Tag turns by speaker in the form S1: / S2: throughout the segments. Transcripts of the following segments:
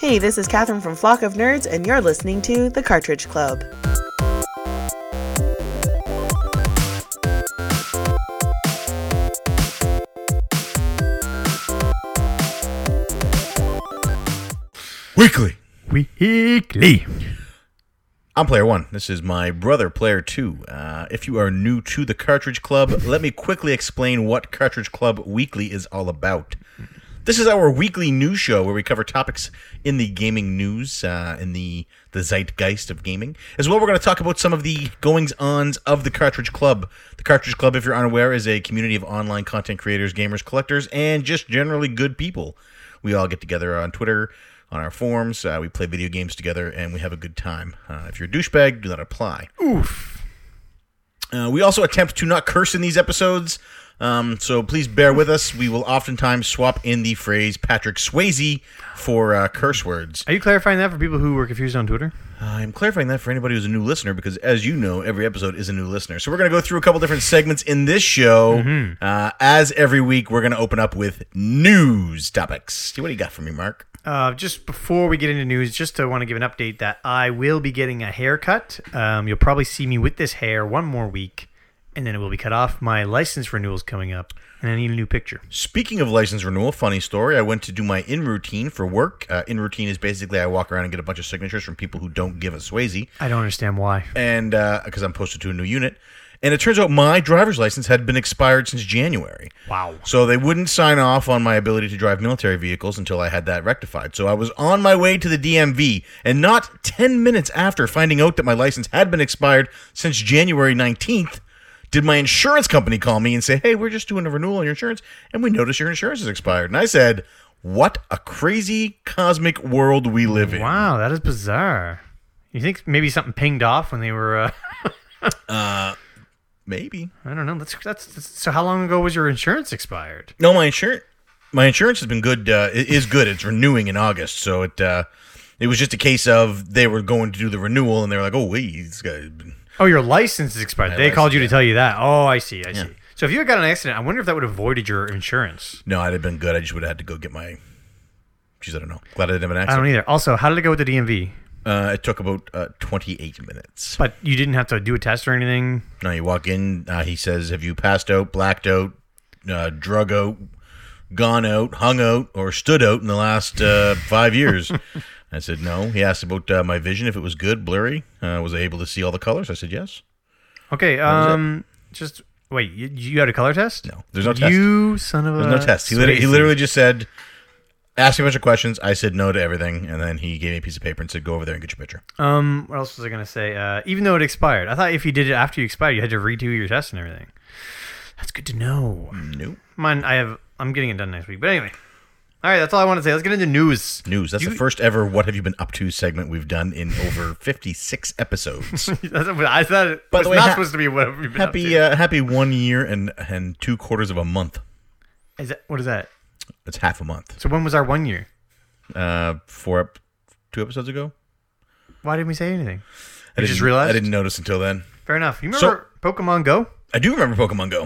S1: Hey, this is Catherine from Flock of Nerds, and you're listening to The Cartridge Club.
S2: Weekly.
S3: Weekly.
S2: I'm player one. This is my brother, player two. Uh, if you are new to the Cartridge Club, let me quickly explain what Cartridge Club Weekly is all about. This is our weekly news show where we cover topics in the gaming news, uh, in the, the zeitgeist of gaming. As well, we're going to talk about some of the goings ons of the Cartridge Club. The Cartridge Club, if you're unaware, is a community of online content creators, gamers, collectors, and just generally good people. We all get together on Twitter, on our forums, uh, we play video games together, and we have a good time. Uh, if you're a douchebag, do not apply. Uh, we also attempt to not curse in these episodes, um, so please bear with us. We will oftentimes swap in the phrase Patrick Swayze for uh, curse words. Uh,
S3: Are you clarifying that for people who were confused on Twitter?
S2: I'm clarifying that for anybody who's a new listener because, as you know, every episode is a new listener. So we're going to go through a couple different segments in this show. Uh, as every week, we're going to open up with news topics. What do you got for me, Mark?
S3: Uh, just before we get into news, just to want to give an update that I will be getting a haircut. Um, you'll probably see me with this hair one more week, and then it will be cut off. My license renewal's coming up, and I need a new picture.
S2: Speaking of license renewal, funny story. I went to do my in routine for work. Uh, in routine is basically I walk around and get a bunch of signatures from people who don't give a Swayze,
S3: I don't understand why.
S2: and because I'm posted to a new unit. And it turns out my driver's license had been expired since January.
S3: Wow.
S2: So they wouldn't sign off on my ability to drive military vehicles until I had that rectified. So I was on my way to the DMV, and not 10 minutes after finding out that my license had been expired since January 19th, did my insurance company call me and say, Hey, we're just doing a renewal on your insurance, and we noticed your insurance is expired. And I said, What a crazy cosmic world we live in.
S3: Wow, that is bizarre. You think maybe something pinged off when they were? Uh,
S2: Maybe.
S3: I don't know. That's, that's that's so. How long ago was your insurance expired?
S2: No, my insurance my insurance has been good. Uh, i- is good. It's renewing in August, so it uh, it was just a case of they were going to do the renewal, and they were like, "Oh wait, this guy."
S3: Oh, your license is expired. they called
S2: license,
S3: you to tell you that. Oh, I see. I see. So if you had got in an accident, I wonder if that would have voided your insurance.
S2: No, I'd have been good. I just would have had to go get my. Geez, I don't know. Glad I didn't have an
S3: I
S2: accident.
S3: don't e- either. Also, how did it go with the DMV?
S2: Uh, it took about uh, 28 minutes.
S3: But you didn't have to do a test or anything.
S2: Now you walk in. Uh, he says, "Have you passed out, blacked out, uh, drug out, gone out, hung out, or stood out in the last uh, five years?" I said, "No." He asked about uh, my vision, if it was good, blurry. Uh, was I able to see all the colors? I said, "Yes."
S3: Okay. Um. Just wait. You, you had a color test?
S2: No, there's no test.
S3: You son of a.
S2: There's no test. He literally, he literally just said, "Ask me a bunch of questions." I said no to everything, and then he gave me a piece of paper and said, "Go over there and get your picture."
S3: Um. What else was I gonna say? Uh. Even though it expired, I thought if you did it after you expired, you had to redo your test and everything. That's good to know.
S2: Nope.
S3: Mine. I have. I'm getting it done next week. But anyway. All right. That's all I want to say. Let's get into news.
S2: News. That's
S3: You-
S2: the first ever "What have you been up to?" segment we've done in over 56 episodes.
S3: That's what I thought it
S2: By
S3: was
S2: the way,
S3: not
S2: ha-
S3: supposed to be what we've been up
S2: happy
S3: to.
S2: uh, happy one year and and two quarters of a month
S3: Is that what is that?
S2: that's half a month
S3: So when was our one year?
S2: uh four ep- two episodes ago
S3: Why didn't we say anything?
S2: i
S3: You just
S2: didn't-
S3: realized?
S2: i didn't notice until then
S3: Fair enough. You
S2: So-
S3: remember Pokemon Go?
S2: i do remember pokemon go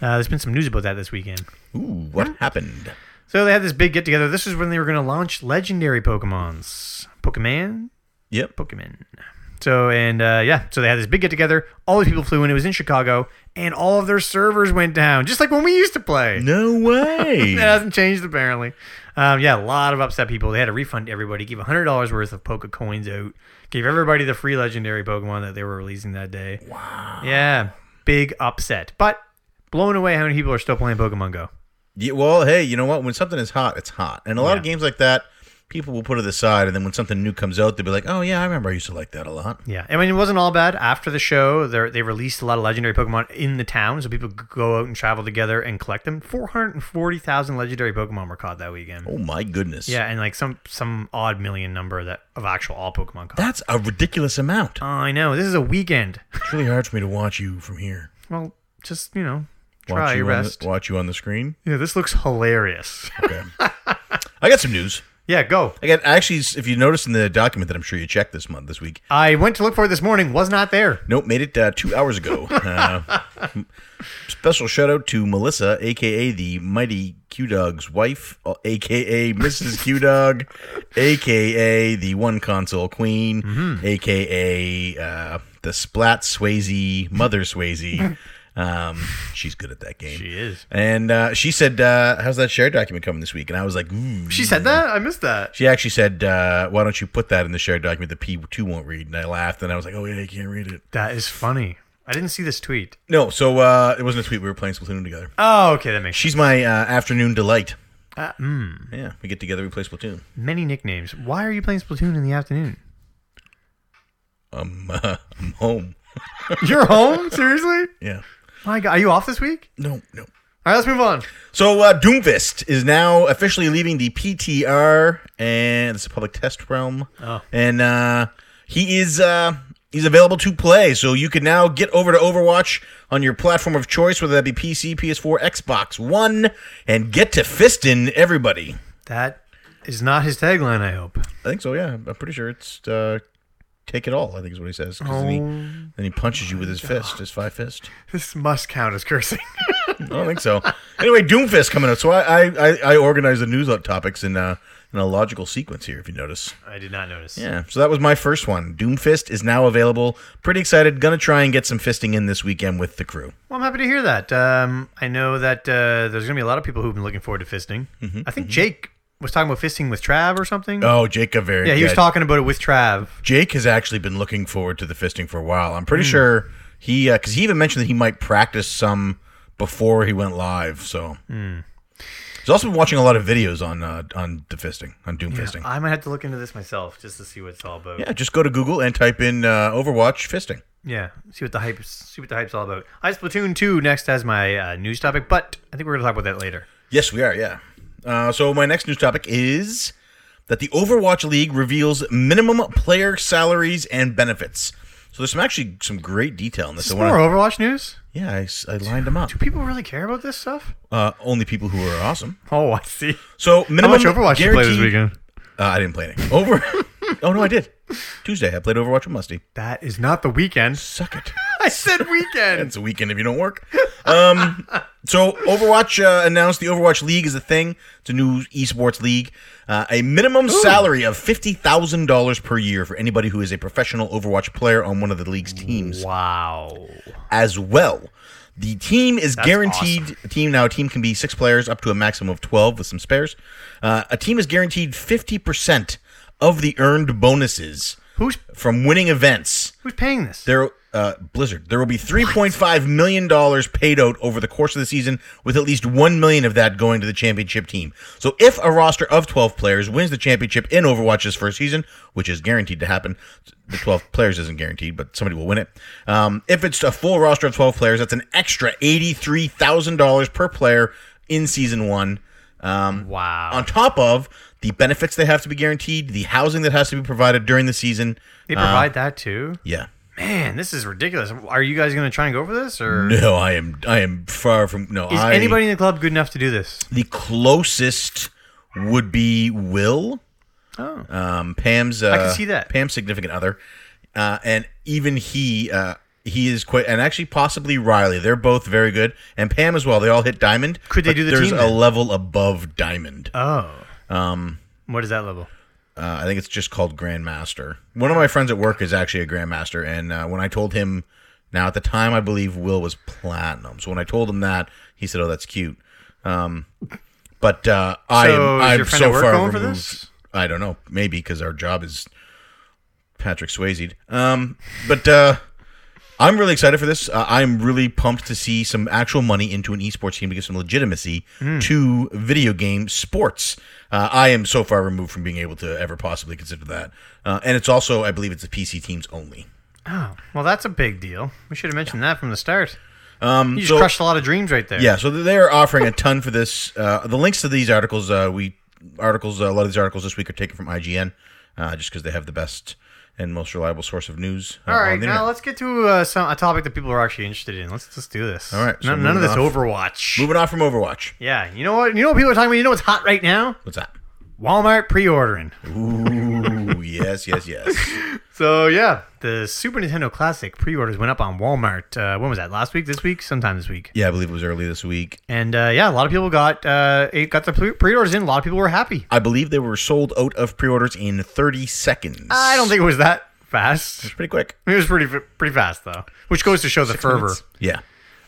S3: Uh, there's been some news about that this weekend.
S2: ooh what happened
S3: So they had this big get together. This is when they were going to launch legendary Pokemons, Pokemon,
S2: yep
S3: Pokemon. So and uh, yeah, so they had this big get together. All these people flew in. It was in Chicago, and all of their servers went down, just like when we used to play.
S2: no
S3: It
S2: way
S3: hasn't changed apparently. Um, yeah, a lot of upset people. They had to refund everybody, give hundred dollars worth of Poke coins out, gave everybody the free legendary Pokemon that they were releasing that day. Wow. Yeah, big upset, but blown away how many people are still playing Pokemon Go.
S2: yeah, well hey you know what when something is hot it's hot and a lot of games like that people will put it aside and then when something new comes out they'll be like oh yeah i remember i used to like that a lot
S3: Yeah, I mean it wasn't all bad. After the show, they they released a lot of legendary Pokemon in the town, so people could go out and travel together and collect them. Four hundred and forty thousand legendary Pokemon were caught that weekend.
S2: oh my goodness
S3: Yeah, and like some some odd million number that of actual all Pokemon caught.
S2: that's a ridiculous amount
S3: I know this is a weekend.
S2: it's really hard for me to watch you from here
S3: Well, just you know,
S2: watch
S3: try
S2: you
S3: your
S2: on the-
S3: best.
S2: watch you on the screen
S3: yeah, this looks hilarious.
S2: I got some news.
S3: Yeah, go.
S2: Again, actually, if you notice in the document that I'm sure you checked this month, this week,
S3: I went to look for it this morning. Was not there.
S2: Nope, made it uh, two hours ago. Uh, special shout out to Melissa, aka the mighty Q Dog's wife, uh, aka Mrs. Q Dog, aka the one console queen,
S3: Mm-hmm.
S2: aka uh, the Splat Swayze, Mother Swayze. Um, she's good at that game.
S3: She is.
S2: And uh, she said, uh, "How's that share document coming this week?" And I was like, "Ooh."
S3: She said that. I missed that.
S2: She actually said, uh, "Why don't you put that in the shared document that P two won't read?" And I laughed, and I was like, "Oh yeah, I can't read it."
S3: That is funny. I didn't see this tweet.
S2: No, so uh, it wasn't a tweet. We were playing Splatoon together.
S3: Oh, okay, that makes
S2: She's my uh, afternoon delight.
S3: Uh, mm,
S2: Yeah, we get together, we play Splatoon.
S3: many nicknames. Why are you playing Splatoon in the afternoon?
S2: Um, uh, I'm home.
S3: You're home? Seriously?
S2: Yeah.
S3: My God, are you off this week?
S2: No, no.
S3: All right, let's move on.
S2: So uh, Doomfist is now officially leaving the PTR, and it's a public test realm.
S3: Oh.
S2: And uh, he is uh, he's available to play, so you can now get over to Overwatch on your platform of choice, whether that be PC, PS4, Xbox One, and get to fisting everybody.
S3: That is not his tagline. I hope.
S2: I think so. Yeah, I'm pretty sure it's uh, take it all. I think is what he says. 'cause Then, he, then he punches you with his fist, his five fist.
S3: This must count as cursing.
S2: I don't think so. Anyway, Doomfist coming up. So I I, I, I organized the news topics in uh, in a logical sequence here. If you notice.
S3: I did not notice.
S2: Yeah, so that was my first one. Doomfist is now available. Pretty excited. Gonna try and get some fisting in this weekend with the crew.
S3: Well, I'm happy to hear that. Um, I know that uh, there's going to be a lot of people who've been looking forward to fisting. I think Jake was talking about fisting with Trav or something.
S2: Oh, Jake Gaveri.
S3: yeah, he was talking about it with Trav.
S2: Jake has actually been looking forward to the fisting for a while. I'm pretty sure he, because he even mentioned that he might practice some before he went live. So he's also been watching a lot of videos on uh, on the fisting, on Doom fisting.
S3: I might have to look into this myself just to see what it's all about.
S2: Yeah, just go to Google and type in uh, Overwatch fisting.
S3: Yeah, see what the hype. See what the hype's all about. I Splatoon two next as my uh, news topic, but I think we're gonna talk about that later.
S2: Yes, we are. Yeah. Uh, so my next news topic is that the Overwatch League reveals minimum player salaries and benefits. So there's some actually some great detail in this.
S3: Is
S2: I
S3: this
S2: wanna-
S3: more Overwatch news?
S2: yeah, I, s- I lined them up.
S3: Do people really care about this stuff?
S2: Uh, only people who are awesome.
S3: Oh, I see.
S2: So
S3: How
S2: minimum
S3: much Overwatch you play this
S2: guaranteed-
S3: weekend?
S2: Uh, I didn't play any. Over. oh no, I did. Tuesday I played Overwatch with Musty.
S3: That is not the weekend.
S2: Suck it.
S3: I said weekend.
S2: It's a weekend if you don't work. Um, so Overwatch uh, announced the Overwatch League is a thing. It's a new esports league. Uh, a minimum salary of fifty thousand dollars per year for anybody who is a professional Overwatch player on one of the league's teams
S3: wow.
S2: as well. The team is guaranteed.
S3: awesome.
S2: A team now. A team can be six players, up to a maximum of twelve with some spares. Uh, a team is guaranteed fifty percent of the earned bonuses
S3: Who's
S2: from winning events.
S3: who's paying this?
S2: There, uh, Blizzard. There will be three point five million dollars paid out over the course of the season, with at least one million of that going to the championship team. So, if a roster of twelve players wins the championship in Overwatch's first season, which is guaranteed to happen, the twelve players isn't guaranteed, but somebody will win it. Um, if it's a full roster of twelve players, that's an extra eighty-three thousand dollars per player in season one. Um,
S3: Wow.
S2: On top of the benefits that have to be guaranteed, the housing that has to be provided during the season.
S3: They provide that too.
S2: Yeah.
S3: Man, this is ridiculous. Are you guys going to try and go for this, or
S2: No, I am. I am far from. No,
S3: is
S2: I,
S3: anybody in the club good enough to do this?
S2: the closest would be Will,
S3: Oh,
S2: um, Pam's. Uh, I
S3: can see that.
S2: Pam's significant other, uh, and even he. Uh, he is quite, and actually possibly Riley. They're both very good, and Pam as well. They all hit diamond.
S3: Could they
S2: but
S3: do the
S2: There's
S3: team
S2: a
S3: then?
S2: level above diamond. Uh,
S3: oh. Um, what is that level?
S2: I think it's just called grandmaster. One of my friends at work is actually a grandmaster, and uh, when I told him, now at the time I believe Will was platinum. So when I told him that, he said, "Oh, that's cute." Um, but uh, I am,
S3: So is
S2: I'm
S3: your friend
S2: so
S3: at work
S2: far
S3: going for
S2: removed-
S3: this?
S2: I don't know. Maybe because our job is Patrick Swayze. Um, but uh, I'm really excited for this. Uh, I'm really pumped to see some actual money into an esports team to give some legitimacy
S3: Hmm.
S2: to video game sports. Uh, I am so far removed from being able to ever possibly consider that. Uh, and it's also, I believe, it's the PC teams only.
S3: Oh, well, that's a big deal. We should have mentioned that from the start.
S2: Um,
S3: You just
S2: so-
S3: crushed a lot of dreams right there.
S2: Yeah, so they're offering a ton for this. Uh, the links to these articles, uh, we articles, uh, a lot of these articles this week are taken from IGN, uh, just because they have the best and most reliable source of news. Uh,
S3: All
S2: on
S3: right,
S2: the
S3: now
S2: internet.
S3: let's get to uh, some, a topic that people are actually interested in. Let's let's do this.
S2: All right, so
S3: none, none of
S2: moving
S3: this
S2: off.
S3: Overwatch.
S2: moving on from Overwatch.
S3: Yeah, you know what? You know what people are talking about. You know what's hot right now?
S2: What's that?
S3: Walmart pre-ordering.
S2: Ooh, yes, yes, yes.
S3: So yeah, the Super Nintendo Classic pre-orders went up on Walmart. Uh, when was that? Last week? This week? Sometime this week.
S2: Yeah, I believe it was early this week.
S3: And uh, yeah, a lot of people got uh, it got the pre- pre-orders in. A lot of people were happy.
S2: I believe they were sold out of pre-orders in 30 seconds.
S3: I don't think it was that fast.
S2: it's pretty quick.
S3: It was pretty pretty fast though, which goes to show the fervor.
S2: Yeah.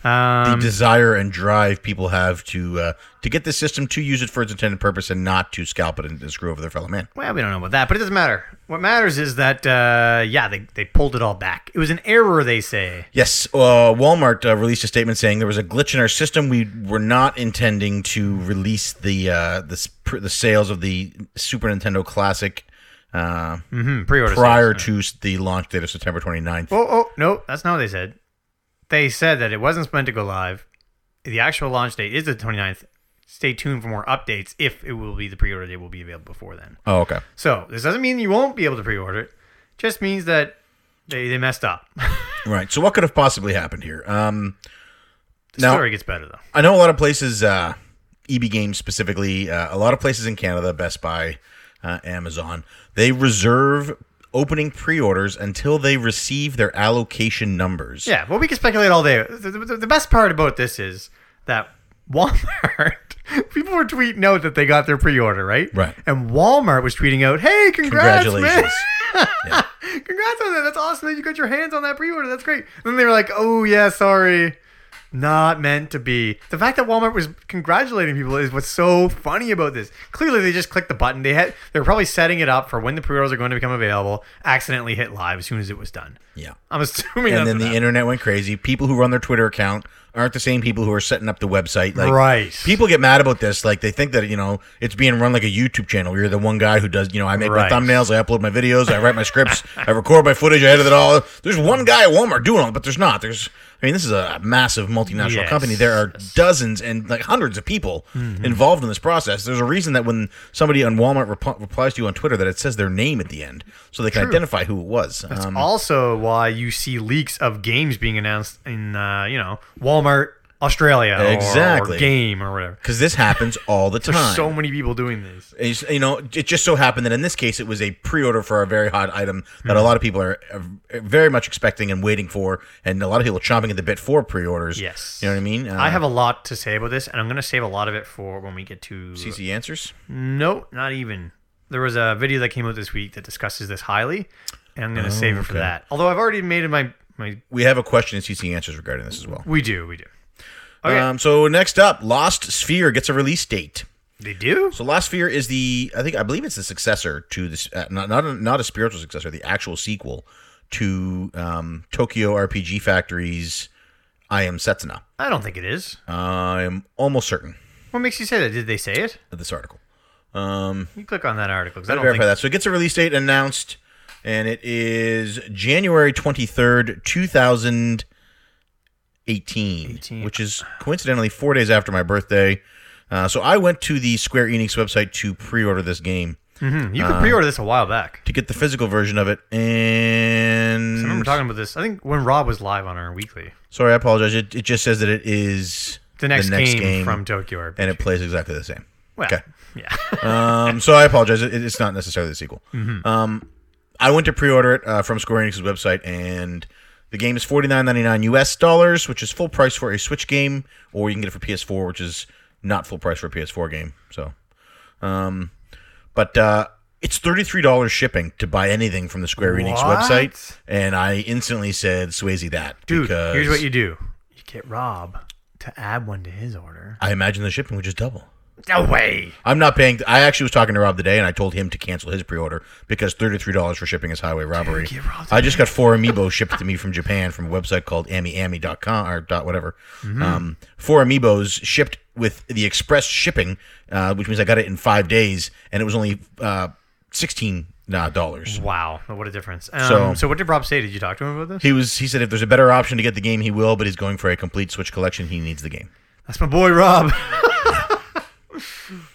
S2: the desire and drive people have to uh, to get this system to use it for its intended purpose and not to scalp it and, and screw over their fellow man.
S3: Well, we don't know about that, but it doesn't matter. What matters is that uh, yeah, they they pulled it all back. It was an error, they say.
S2: Yes, uh, Walmart uh, released a statement saying there was a glitch in our system. We were not intending to release the uh, the s- pr- the sales of the Super Nintendo Classic uh,
S3: Hmm, pre-orders
S2: prior to s- the launch date of September 29th.
S3: Oh, oh, no, that's not what they said. They said that it wasn't meant to go live. The actual launch date is the 29th. Stay tuned for more updates if it will be the pre order date will be available before then.
S2: Oh, okay.
S3: So, this doesn't mean you won't be able to pre order it, just means that they, they messed up.
S2: Right. So what could have possibly happened here? Um,
S3: the
S2: Now-
S3: story gets better, though.
S2: I know a lot of places, uh, EB Games specifically, uh, a lot of places in Canada, Best Buy, uh, Amazon, they reserve opening pre-orders until they receive their allocation numbers.
S3: Yeah, well, we can speculate all day. The, the- the best part about this is that Walmart, people were tweeting out that they got their pre order, right?
S2: Right.
S3: And Walmart was tweeting out, hey, congrats, man.
S2: Congratulations.
S3: Congrats on that. That's awesome that you got your hands on that pre-order. That's great. And then they were like, oh yeah, sorry. Not meant to be. The fact that Walmart was congratulating people is what's so funny about this. Clearly they just clicked the button. They had they're probably setting it up for when the pre-orders are going to become available, accidentally hit live as soon as it was done.
S2: yeah.
S3: I'm assuming
S2: And
S3: that's
S2: then
S3: what
S2: the
S3: happened.
S2: internet went crazy. People who run their Twitter account aren't the same people who are setting up the website. Like,
S3: Right.
S2: People get mad about this. Like they think that you know it's being run like a YouTube channel. You're the one guy who does. You know, I make
S3: Right.
S2: my thumbnails, I upload my videos, I write my scripts, I record my footage, I edit it all. There's one guy at Walmart doing all, but there's not. There's. I mean, this is a massive multinational
S3: Yes. Mm-hmm.
S2: company. There are dozens and like hundreds of people involved in this process. There's a reason that when somebody on Walmart rep- replies to you on Twitter, that it says their name at the end, so they can identify who it was. Um,
S3: also why you see leaks of games being announced in uh, you know, Walmart Australia or- or,
S2: Exactly.
S3: game or whatever.
S2: because this happens all the
S3: There's
S2: time.
S3: so many people doing this.
S2: It's- you know, it just so happened that in this case, it was a pre-order for a very hot item that a
S3: Hmm.
S2: lot of people are uh, very much expecting and waiting for, and a lot of people are chomping at the bit for pre-orders.
S3: Yes.
S2: you know what I mean. Uh,
S3: I have a lot to say about this, and I'm going to save a lot of it for when we get to.
S2: CC Uh, answers.
S3: No, not even. There was a video that came out this week that discusses this highly, and I'm going to save it for
S2: okay.
S3: that. Although I've already made it my my.
S2: We have a question in CC answers regarding this as well.
S3: We do, we do. Okay.
S2: Um, so next up, Lost Sphere gets a release date.
S3: They do.
S2: So Lost Sphere is the I think I believe it's the successor to this uh, not not a, not a spiritual successor, the actual sequel to um, Tokyo RPG Factory's I Am Setsuna.
S3: I don't think it is.
S2: I'm almost certain
S3: What makes you say that? Did they say it?
S2: of this article. Um,
S3: You click on that article because I
S2: I
S3: don't
S2: verify
S3: think.
S2: that. So it gets a release date announced, and it is January 23rd, 2018,
S3: 18.
S2: which is coincidentally four days after my birthday. Uh, so I went to the Square Enix website to pre order this game
S3: Mhm. You could
S2: Uh,
S3: pre-order this a while back.
S2: to get the physical version of it. And
S3: I remember talking about this. I think when Rob was live on our weekly,
S2: sorry, I apologize. It, it just says that it is
S3: the next, game, from Tokyo RPG.
S2: and it plays exactly the same.
S3: well,
S2: okay.
S3: yeah.
S2: um, so I apologize. It, it's not necessarily the sequel.
S3: Mm-hmm.
S2: Um, I went to pre-order it uh, from Square Enix's website, and the game is forty nine ninety nine US dollars, which is full price for a Switch game, or you can get it for PS4, which is not full price for a PS4 game. So, um, but uh, it's thirty three dollars shipping to buy anything from the Square Enix
S3: What?
S2: website, and I instantly said, "Swayze, that
S3: Dude,
S2: because
S3: here's what you do: you get Rob to add one to his order.
S2: I imagine the shipping would just double."
S3: No way.
S2: I'm not paying. I actually was talking to Rob today, and I told him to cancel his pre-order because thirty-three dollars for shipping is highway robbery.
S3: Dude, get Rob
S2: I just got four amiibo shipped to me from Japan from a website called amiami.com or dot whatever.
S3: Mm-hmm.
S2: Um, four amiibos shipped with the express shipping, uh, which means I got it in five days, and it was only uh, sixteen dollars.
S3: Wow, what a difference. Um, so,
S2: So-
S3: what did Rob say? Did you talk to him about this?
S2: He was. He said if there's a better option to get the game, he will. But he's going for a complete Switch collection. He needs the game.
S3: That's my boy, Rob.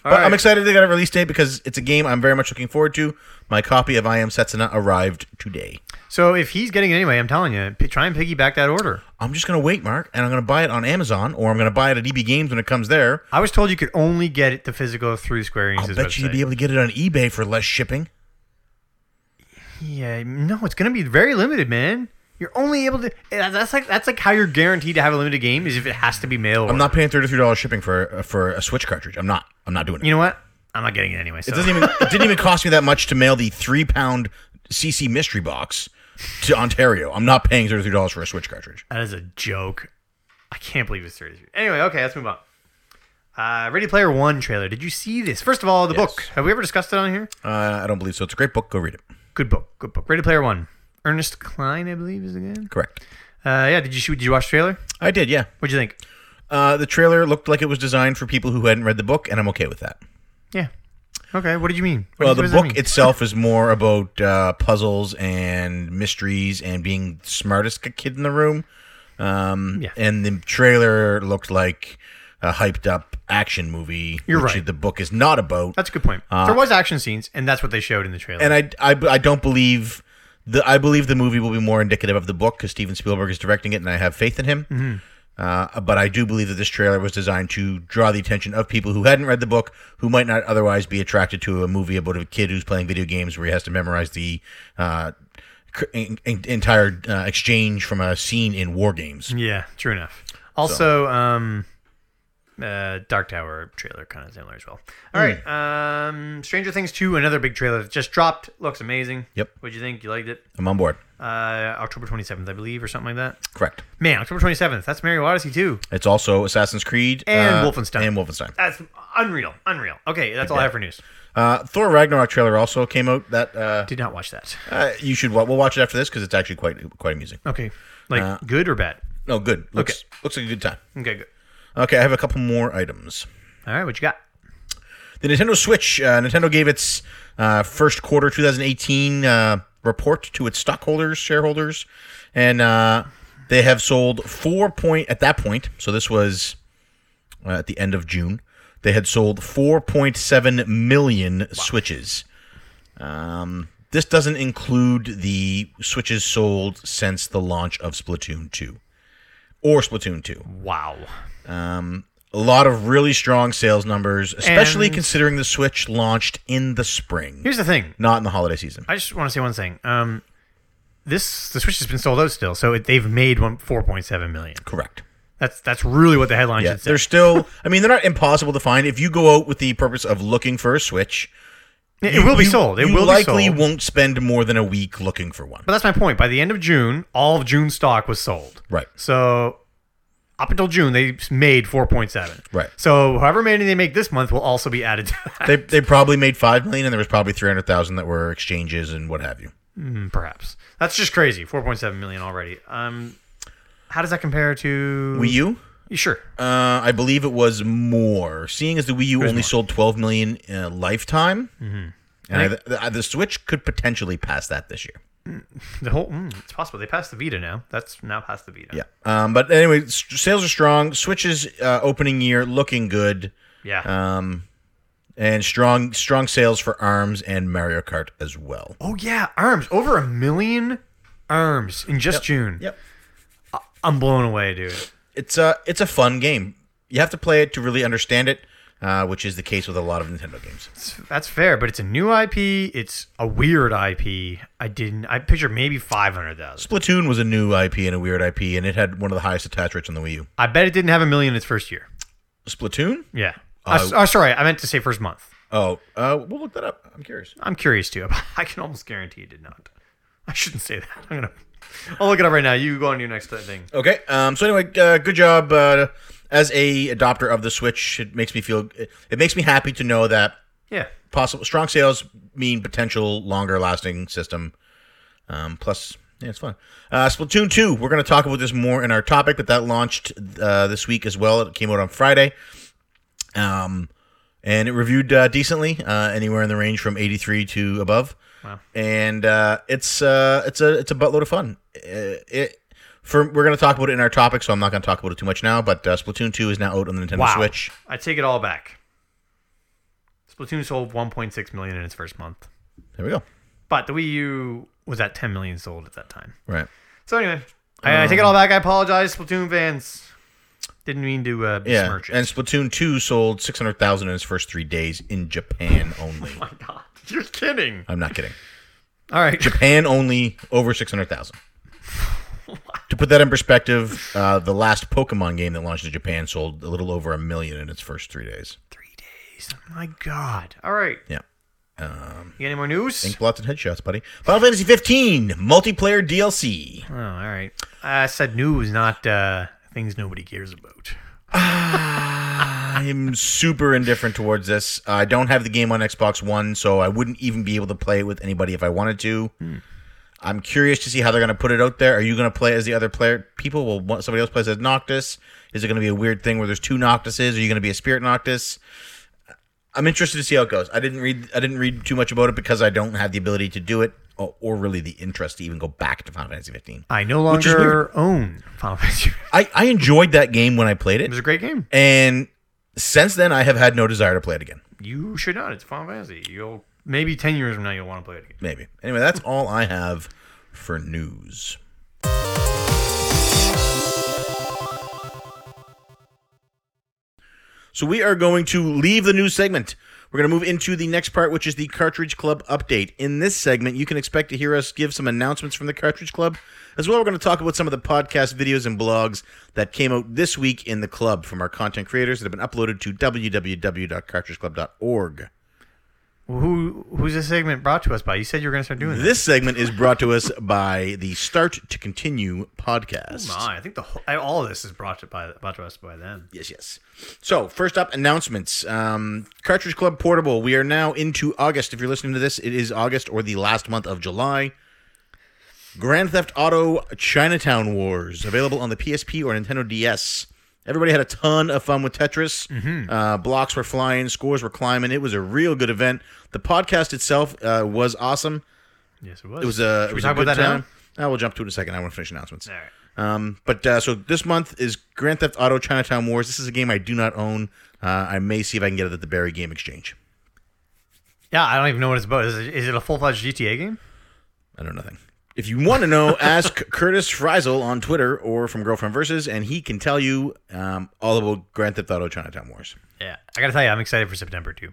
S3: All
S2: But
S3: right.
S2: I'm excited they got a release date because it's a game I'm very much looking forward to. My copy of I Am Setsuna arrived today.
S3: So if he's getting it anyway, I'm telling you, p- try and piggyback that order.
S2: I'm just gonna wait, Mark, and I'm gonna buy it on Amazon or I'm gonna buy it at EB Games when it comes there.
S3: I was told you could only get it the physical through Square
S2: I'll
S3: Enix's
S2: bet you
S3: website.
S2: you'd be able to get it on eBay for less shipping.
S3: yeah, no, it's going to be very limited, man. You're only able to. eh, That's like that's like how you're guaranteed to have a limited game is if it has to be mail.
S2: I'm
S3: order.
S2: not paying thirty three dollars shipping for uh, for a Switch cartridge. I'm not. I'm not doing it.
S3: You know what? I'm not getting it anyway. So.
S2: it doesn't even. it didn't even cost me that much to mail the three pound CC mystery box to Ontario. I'm not paying thirty three dollars for a Switch cartridge.
S3: That is a joke. I can't believe it's 33. Anyway, okay, let's move on. Uh, Ready Player One trailer. Did you see this? First of all, the
S2: Yes.
S3: book. Have we ever discussed it on here?
S2: Uh, I don't believe so. It's a great book. Go read it.
S3: Good book. Good book. Ready Player One. Ernest Klein, I believe, is the guy.
S2: Correct.
S3: Uh, yeah. Did you shoot? Did you watch the trailer?
S2: I did. Yeah.
S3: What'd you think?
S2: Uh, the trailer looked like it was designed for people who hadn't read the book, and I'm okay with that.
S3: Yeah. Okay. What did you mean? What
S2: well, the
S3: did- what does that
S2: book
S3: mean?
S2: itself is more about uh, puzzles and mysteries and being the smartest kid in the room. Um,
S3: Yeah.
S2: And the trailer looked like a hyped up action movie,
S3: You're
S2: which
S3: right.
S2: the book is not about.
S3: That's a good point. there was action scenes, and that's what they showed in the trailer.
S2: Uh, and I, I, I don't believe the I believe the movie will be more indicative of the book because Steven Spielberg is directing it, and I have faith in him.
S3: Mm-hmm.
S2: Uh, but I do believe that this trailer was designed to draw the attention of people who hadn't read the book, who might not otherwise be attracted to a movie about a kid who's playing video games where he has to memorize the uh, c- en- en- entire uh, exchange from a scene in war games.
S3: yeah. True enough. Also, um, uh, Dark Tower trailer kind of similar as well. All
S2: Hmm.
S3: right. Um, Stranger Things two, another big trailer that just dropped. Looks amazing.
S2: Yep.
S3: What'd you think? You liked it?
S2: I'm on board.
S3: uh, October 27th, I believe, or something like that.
S2: Correct.
S3: Man, October 27th. That's Mario Odyssey too.
S2: It's also Assassin's Creed uh,
S3: And Wolfenstein.
S2: and Wolfenstein.
S3: That's unreal, unreal. Okay, that's all I have for news.
S2: Uh, Thor Ragnarok trailer also came out. That uh,
S3: Did not watch that.
S2: Uh, you should. Wa- we'll watch it after this because it's actually quite quite amusing.
S3: Okay, like good or bad?
S2: No, good. Looks looks like a good time.
S3: Okay, good.
S2: Okay, I have a couple more items.
S3: All right, what you got?
S2: The Nintendo Switch. Uh, Nintendo gave its uh, first quarter 2018 uh, report to its stockholders, shareholders, and uh, they have sold four point at that point. So this was uh, at the end of June. They had sold 4.7 million Switches. Um, this doesn't include the Switches sold since the launch of Splatoon 2 or Splatoon 2.
S3: Wow.
S2: Um, a lot of really strong sales numbers, especially
S3: And-
S2: considering the Switch launched in the spring,
S3: Here's the thing.
S2: not in the holiday season.
S3: I just want to say one thing. Um, this the Switch has been sold out still, so it, they've made one 4.7 million.
S2: Correct.
S3: That's that's really what the headline
S2: Yeah,
S3: should say.
S2: they're still. I mean, they're not impossible to find. If you go out with the purpose of looking for a Switch,
S3: It,
S2: you-
S3: will be
S2: you-
S3: sold. It
S2: you
S3: will
S2: likely
S3: be sold.
S2: won't spend more than a week looking for one.
S3: But that's my point. By the end of June, all of June's stock was sold.
S2: Right.
S3: So up until June, they made 4.7.
S2: Right.
S3: So however many they make this month will also be added to that,
S2: They, they probably made five million, and there was probably three hundred thousand that were exchanges and what have you.
S3: perhaps. That's just crazy. 4.7 million already. Um, how does that compare to
S2: Wii U,
S3: Sure.
S2: uh, I believe it was more. Seeing as the Wii U only sold twelve million uh, lifetime, and I th- the, the Switch could potentially pass that this year.
S3: The whole mm, it's possible they passed the Vita now. That's now past the Vita.
S2: Yeah. Um, but anyway, s- sales are strong. Switch's uh, opening year looking good,
S3: Yeah.
S2: um, and strong strong sales for Arms and Mario Kart as well.
S3: oh yeah, arms over a million arms in just June.
S2: Yep.
S3: I'm blown away, dude.
S2: It's a it's a fun game. You have to play it to really understand it, uh, which is the case with a lot of Nintendo games.
S3: That's, that's fair, but it's a new IP. It's a weird IP. I didn't. I pictured maybe 500,000.
S2: Splatoon was a new IP and a weird IP, and it had one of the highest attach rates on the Wii U.
S3: I bet it didn't have a million its first year.
S2: Splatoon?
S3: Yeah. Uh, s- oh, sorry. I meant to say first month.
S2: Oh, uh, we'll look that up. I'm curious.
S3: I'm curious too. I can almost guarantee it did not. I shouldn't say that. I'm gonna. I'll look it up right now. You go on to your next thing.
S2: Okay. Um, so anyway, uh, good job. Uh, as a adopter of the Switch, it makes me feel it, it makes me happy to know that
S3: Yeah.
S2: possible strong sales mean potential longer lasting system. Um, plus, yeah, it's fun. Uh, Splatoon two, we're going to talk about this more in our topic, but that launched uh, this week as well. It came out on Friday, um, and it reviewed uh, decently, uh, anywhere in the range from eighty three to above.
S3: Wow.
S2: And uh, it's uh, it's a it's a buttload of fun. Uh, it. For, we're going to talk about it in our topic, so I'm not going to talk about it too much now. But uh, Splatoon 2 is now out on the Nintendo
S3: Wow.
S2: Switch.
S3: I take it all back. Splatoon sold 1.6 million in its first month,
S2: There we go.
S3: but the Wii U was at 10 million sold at that time.
S2: Right.
S3: So anyway, I, I take it
S2: Um,
S3: all back. I apologize, Splatoon fans. Didn't mean to uh,
S2: Yeah.
S3: besmirch it.
S2: And Splatoon 2 sold 600,000 in its first three days in Japan only.
S3: oh my god, you're kidding!
S2: I'm not kidding.
S3: All right,
S2: Japan only over 600,000. to put that in perspective, uh, the last Pokemon game that launched in Japan sold a little over a million in its first three days.
S3: three days. Oh my god. All right,
S2: Yeah.
S3: you got any more news?
S2: Ink blots and headshots, buddy. Final Fantasy 15 multiplayer DLC.
S3: Oh, all right. I said news, not uh, things nobody cares about.
S2: I am super indifferent towards this. I don't have the game on Xbox One, so I wouldn't even be able to play it with anybody if I wanted to. I'm curious to see how they're going to put it out there. Are you going to play as the other player? People will want somebody else plays as Noctis. Is it going to be a weird thing where there's two Noctises? Are you going to be a Spirit Noctis? I'm interested to see how it goes. I didn't read. I didn't read too much about it because I don't have the ability to do it, or, or really the interest to even go back to Final Fantasy 15.
S3: I no
S2: Which is
S3: longer own Final Fantasy.
S2: I, I enjoyed that game when I played
S3: It was
S2: it,
S3: a great game.
S2: and since then I have had no desire to play it again.
S3: You should not. It's Final Fantasy. You'll maybe ten years from now you'll want to play it again.
S2: Maybe. Anyway, that's all I have for news. So we are going to leave the news segment. We're going to move into the next part, which is the Cartridge Club update. In this segment, you can expect to hear us give some announcements from the Cartridge Club. As well, we're going to talk about some of the podcast videos and blogs that came out this week in the club from our content creators that have been uploaded to www.cartridgeclub.org.
S3: Well, who who's this segment brought to us by? You said you were going to start doing this.
S2: This segment is brought to us by the Start to Continue podcast.
S3: Oh, My, I think the whole, I, all of this is brought to by brought to us by them.
S2: Yes, yes. So, first up, announcements. Um, Cartridge Club Portable. We are now into August. If you're listening to this, it is August or the last month of July. Grand Theft Auto Chinatown Wars, available on the PSP or Nintendo DS. Everybody had a ton of fun with Tetris.
S3: Mm-hmm.
S2: Uh, blocks were flying, scores were climbing. It was a real good event. The podcast itself uh, was awesome.
S3: Yes, it was.
S2: It was a.
S3: Should
S2: it
S3: we
S2: was
S3: talk
S2: a good
S3: about that
S2: time. Uh, we'll jump to it in a second. I want to finish announcements.
S3: now? All right.
S2: Um, but uh, so this month is Grand Theft Auto Chinatown Wars. This is a game I do not own. Uh, I may see if I can get it at the Barry Game Exchange.
S3: Yeah, I don't even know what it's about. Is it, is it a full fledged GTA game?
S2: I know nothing. If you want to know, ask Curtis Frizel on Twitter or from Girlfriend Versus, and he can tell you um, all about Grand Theft Auto Chinatown Wars.
S3: Yeah, I gotta tell you, I'm excited for September too.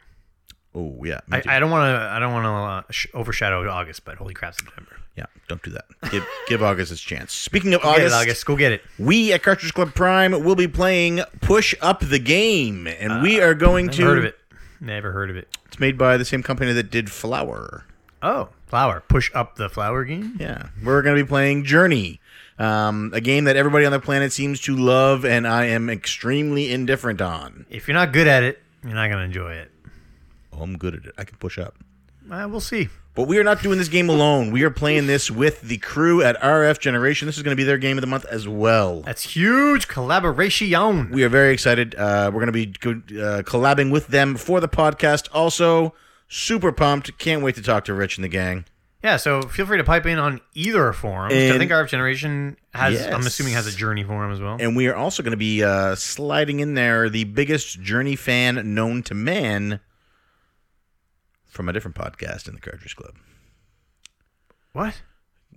S2: Oh yeah, me
S3: I,
S2: too.
S3: I don't want to. I don't want to uh, sh- overshadow August, but holy crap, September.
S2: yeah. Don't do that. Give, give August its chance. Speaking of
S3: Get it,
S2: August,
S3: August, go get it.
S2: we at Cartridge Club Prime will be playing Push Up the Game, and we are going to.
S3: Never Uh, heard of it. Never heard of it.
S2: It's made by the same company that did Flower.
S3: Oh, flower. Push up the flower game.
S2: Yeah, we're going to be playing Journey, um, a game that everybody on the planet seems to love, and I am extremely indifferent on.
S3: If you're not good at it, you're not gonna enjoy it.
S2: Oh, I'm good at it. I can push up.
S3: Uh, we'll see.
S2: But we are not doing this game alone. We are playing this with the crew at RF Generation. This is going to be their game of the month as well.
S3: That's huge collaboration.
S2: We are very excited. Uh, we're going to be co- uh, collabing with them for the podcast. Also, super pumped. Can't wait to talk to Rich and the gang.
S3: Yeah, so feel free to pipe in on either forum. which I
S2: And-
S3: think RF Generation has. I'm
S2: Yes.
S3: assuming has a journey forum as well.
S2: And we are also going to be uh, sliding in there the biggest Journey fan known to man from a different podcast in the Cartridge Club.
S3: what?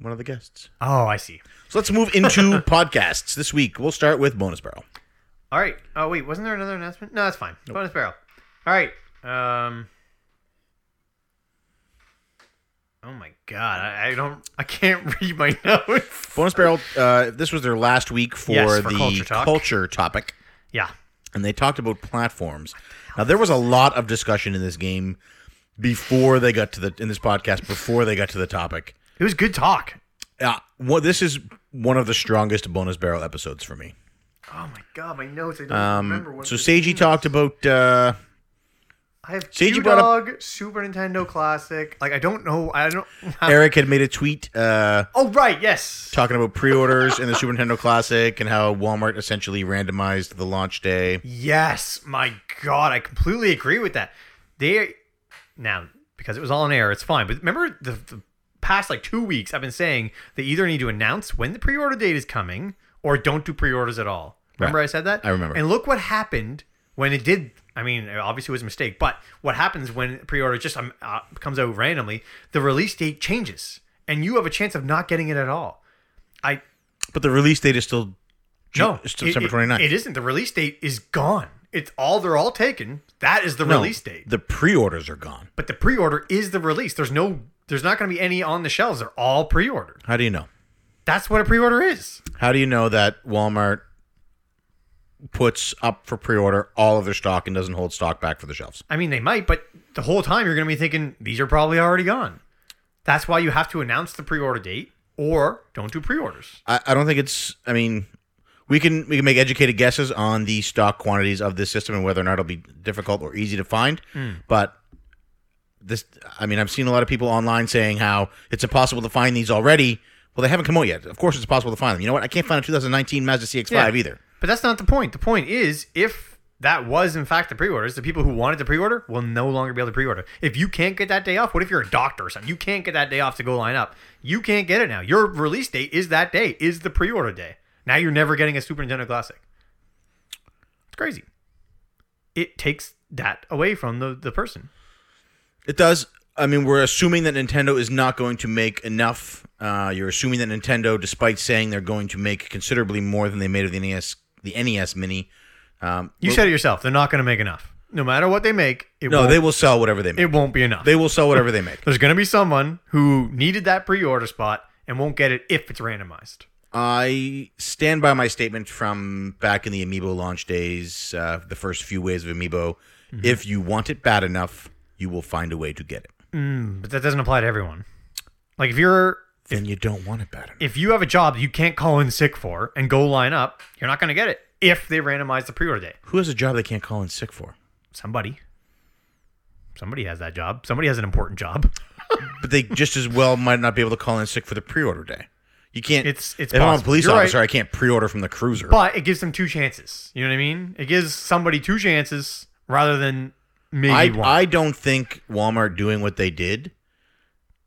S2: One of the guests.
S3: Oh, I see.
S2: So let's move into podcasts this week. We'll start with Bonus Barrel.
S3: All right. Oh wait, wasn't there another announcement? No, that's fine. Bonus barrel. All right. Um. Oh my god, I, I don't, I can't read my notes.
S2: Bonus Barrel, uh, this was their last week for,
S3: Yes, for
S2: the
S3: culture talk.
S2: culture topic,
S3: Yeah.
S2: and they talked about platforms. Now, there was a lot of discussion in this game before they got to the, in this podcast, before they got to the topic.
S3: It was good talk.
S2: Uh, well, this is one of the strongest Bonus Barrel episodes for me.
S3: Oh my god, my notes. I don't remember
S2: Um,
S3: what.
S2: so
S3: this
S2: Seiji
S3: is.
S2: talked about uh,
S3: I have
S2: Seiji
S3: Q
S2: brought up-
S3: Dog, Super Nintendo Classic. Like I don't know. I don't.
S2: Eric had made a tweet uh,
S3: oh right, yes.
S2: talking about pre-orders in the Super Nintendo Classic and how Walmart essentially randomized the launch day.
S3: Yes, my God, I completely agree with that. They now because it was all on air, it's fine. But remember the, the past like two weeks, I've been saying they either need to announce when the pre-order date is coming or don't do pre-orders at all. Remember
S2: Right.
S3: I said that?
S2: I remember.
S3: And look what happened when it did. I mean, obviously it was a mistake, but what happens when pre-order just um, uh, comes out randomly? The release date changes. and you have a chance of not getting it at all. I
S2: But the release date is still Ju-
S3: no,
S2: it's
S3: it-
S2: September
S3: it-
S2: 29th.
S3: It isn't. The release date is gone. It's all they're all taken. That is the
S2: No,
S3: release date.
S2: The pre-orders are gone.
S3: But the pre-order is the release. There's no. There's not going to be any on the shelves. They're all pre-ordered.
S2: How do you know?
S3: That's what a pre-order is.
S2: How do you know that Walmart puts up for pre-order all of their stock and doesn't hold stock back for the shelves?
S3: I mean, they might, but the whole time you're going to be thinking these are probably already gone. That's why you have to announce the pre-order date or don't do pre-orders.
S2: I, I don't think it's. I mean, we can we can make educated guesses on the stock quantities of this system and whether or not it'll be difficult or easy to find.
S3: Hmm.
S2: But this, I mean, I've seen a lot of people online saying how it's impossible to find these already. Well, they haven't come out yet. Of course, it's possible to find them. You know what? I can't find a 2019 Mazda CX-5
S3: Yeah.
S2: either.
S3: But that's not the point. The point is if that was in fact the pre-orders, the people who wanted to pre-order will no longer be able to pre-order. If you can't get that day off, what if you're a doctor or something? You can't get that day off to go line up. You can't get it now. Your release date is that day, is the pre-order day. Now you're never getting a Super Nintendo Classic. It's crazy. It takes that away from the, the person.
S2: It does. I mean, we're assuming that Nintendo is not going to make enough. Uh, you're assuming that Nintendo, despite saying they're going to make considerably more than they made of the NES, the NES Mini. Um,
S3: You said it yourself. They're not going to make enough. No matter what they make, it
S2: no,
S3: won't,
S2: they will sell whatever they make.
S3: it won't be enough.
S2: They will sell whatever they make.
S3: There's going to be someone who needed that pre-order spot and won't get it if it's randomized.
S2: I stand by my statement from back in the Amiibo launch days, uh, the first few waves of Amiibo.
S3: Mm-hmm.
S2: If you want it bad enough, you will find a way to get it.
S3: But that doesn't apply to everyone. Like if you're
S2: Then you don't want it bad enough.
S3: if you have a job that you can't call in sick for and go line up, you're not going to get it if they randomize the pre-order day.
S2: Who has a job they can't call in sick for?
S3: Somebody somebody has that job. Somebody has an important job.
S2: But they just as well might not be able to call in sick for the pre-order day. You can't.
S3: It's- it's
S2: if I'm a
S3: possible.
S2: police
S3: You're
S2: officer,
S3: right.
S2: I can't pre-order from the cruiser.
S3: But it gives them two chances. You know what I mean? It gives somebody two chances rather than maybe
S2: I,
S3: one.
S2: I don't think Walmart doing what they did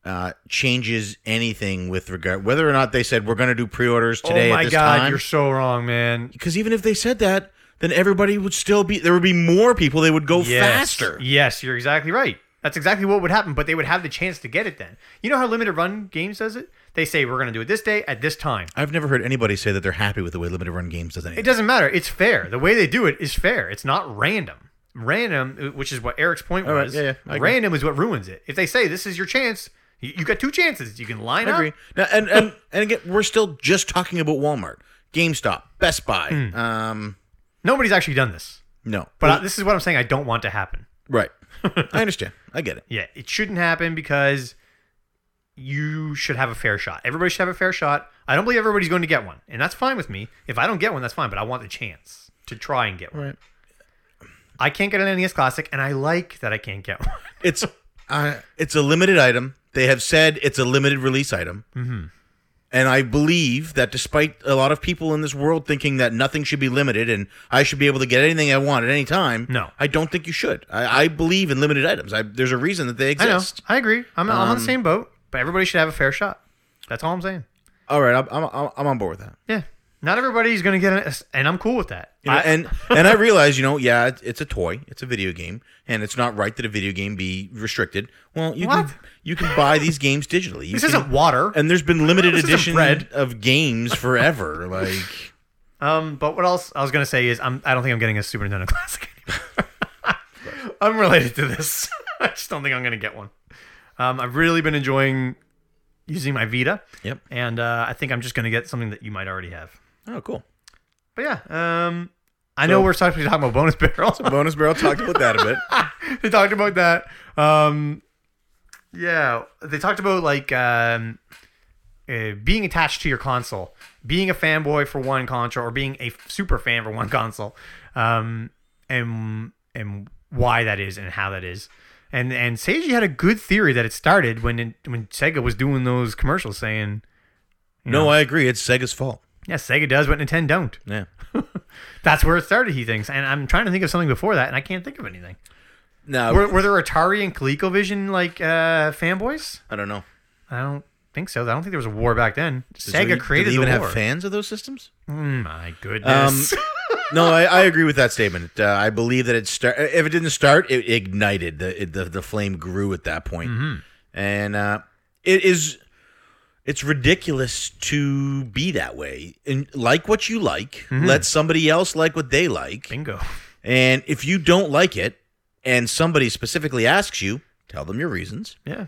S2: uh, changes anything with regard whether or not they said we're going to do pre-orders today
S3: oh my
S2: at this
S3: god,
S2: time.
S3: you're so wrong, man.
S2: Because even if they said that, then everybody would still be there. Would be more people. They would go faster.
S3: Yes, you're exactly right. That's exactly what would happen, but they would have the chance to get it then. You know how limited run games does it? They say we're going to do it this day at this time.
S2: I've never heard anybody say that they're happy with the way limited run games does
S3: It
S2: anything.
S3: doesn't matter. It's fair. The way they do it is fair. It's not random. Random, uh, which is what Eric's point
S2: All right,
S3: was.
S2: yeah, yeah, I agree.
S3: random is what ruins it. If they say this is your chance, you, you got two chances. You can line
S2: I
S3: up.
S2: agree. Now, and and and again, we're still just talking about Walmart, GameStop, Best Buy. Um,
S3: Nobody's actually done this,
S2: no,
S3: Hmm. but I- this is what I'm saying. I don't want to happen.
S2: right. I understand. I get it.
S3: Yeah, it shouldn't happen because you should have a fair shot. Everybody should have a fair shot. I don't believe everybody's going to get one, and that's fine with me. If I don't get one, that's fine, but I want the chance to try and get one.
S2: Right.
S3: I can't get an NES Classic, and I like that I can't get one.
S2: It's uh, it's a limited item. They have said it's a limited release item. Mm-hmm. And I believe that despite a lot of people in this world thinking that nothing should be limited and I should be able to get anything I want at any time,
S3: No.
S2: I don't think you should. I, I believe in limited items. I, there's a reason that they
S3: I know.
S2: exist.
S3: I agree. I'm, I'm
S2: um,
S3: on the same boat, but everybody should have a fair shot. That's all I'm saying.
S2: All right, I'm, I'm- I'm, I'm on board with that.
S3: Yeah. Not everybody's going to get an, and I'm cool with that.
S2: You know,
S3: I-
S2: and and I realize, you know, yeah, it's, it's a toy, it's a video game, and it's not right that a video game be restricted. Well, you
S3: What?
S2: can you can buy these games digitally. You
S3: this
S2: can-
S3: isn't water.
S2: and there's been limited
S3: This isn't
S2: edition
S3: bread.
S2: of games forever. like
S3: Um, but what else I was gonna say is I'm I don't think I'm getting a Super Nintendo Classic anymore. I'm related to this. I just don't think I'm gonna get one. Um, I've really been enjoying using my Vita,
S2: Yep.
S3: and uh, I think I'm just gonna get something that you might already have.
S2: Oh, cool.
S3: But yeah, um, I know
S2: So-
S3: we're supposed to be talking about bonus barrels.
S2: Bonus barrel talked about that a bit.
S3: they talked about that. Um, yeah, they talked about like um, uh, being attached to your console, being a fanboy for one console, or being a super fan for one console, um, and and why that is and how that is. And and Seiji had a good theory that it started when when Sega was doing those commercials saying,
S2: No, I agree. It's Sega's fault.
S3: "Yeah, Sega does what Nintendo don't."
S2: Yeah.
S3: That's where it started. He thinks, and I'm trying to think of something before that, and I can't think of anything.
S2: No,
S3: Were, were there Atari and ColecoVision like uh, fanboys?
S2: I don't know.
S3: I don't think so. I don't think there was a war back then.
S2: Does
S3: Sega
S2: there- do
S3: created
S2: they even
S3: the
S2: have Um,
S3: war.
S2: fans of those systems?
S3: Mm, my goodness.
S2: no, I, I agree with that statement. Uh, I believe that it start. If it didn't start, it
S3: Mm-hmm.
S2: ignited. The it, the, the flame grew at that point, and uh, it is it's ridiculous to be that way. And like what you like,
S3: Mm-hmm.
S2: let somebody else like what they like.
S3: Bingo.
S2: And if you don't like it and somebody specifically asks you, tell them your reasons.
S3: Yeah.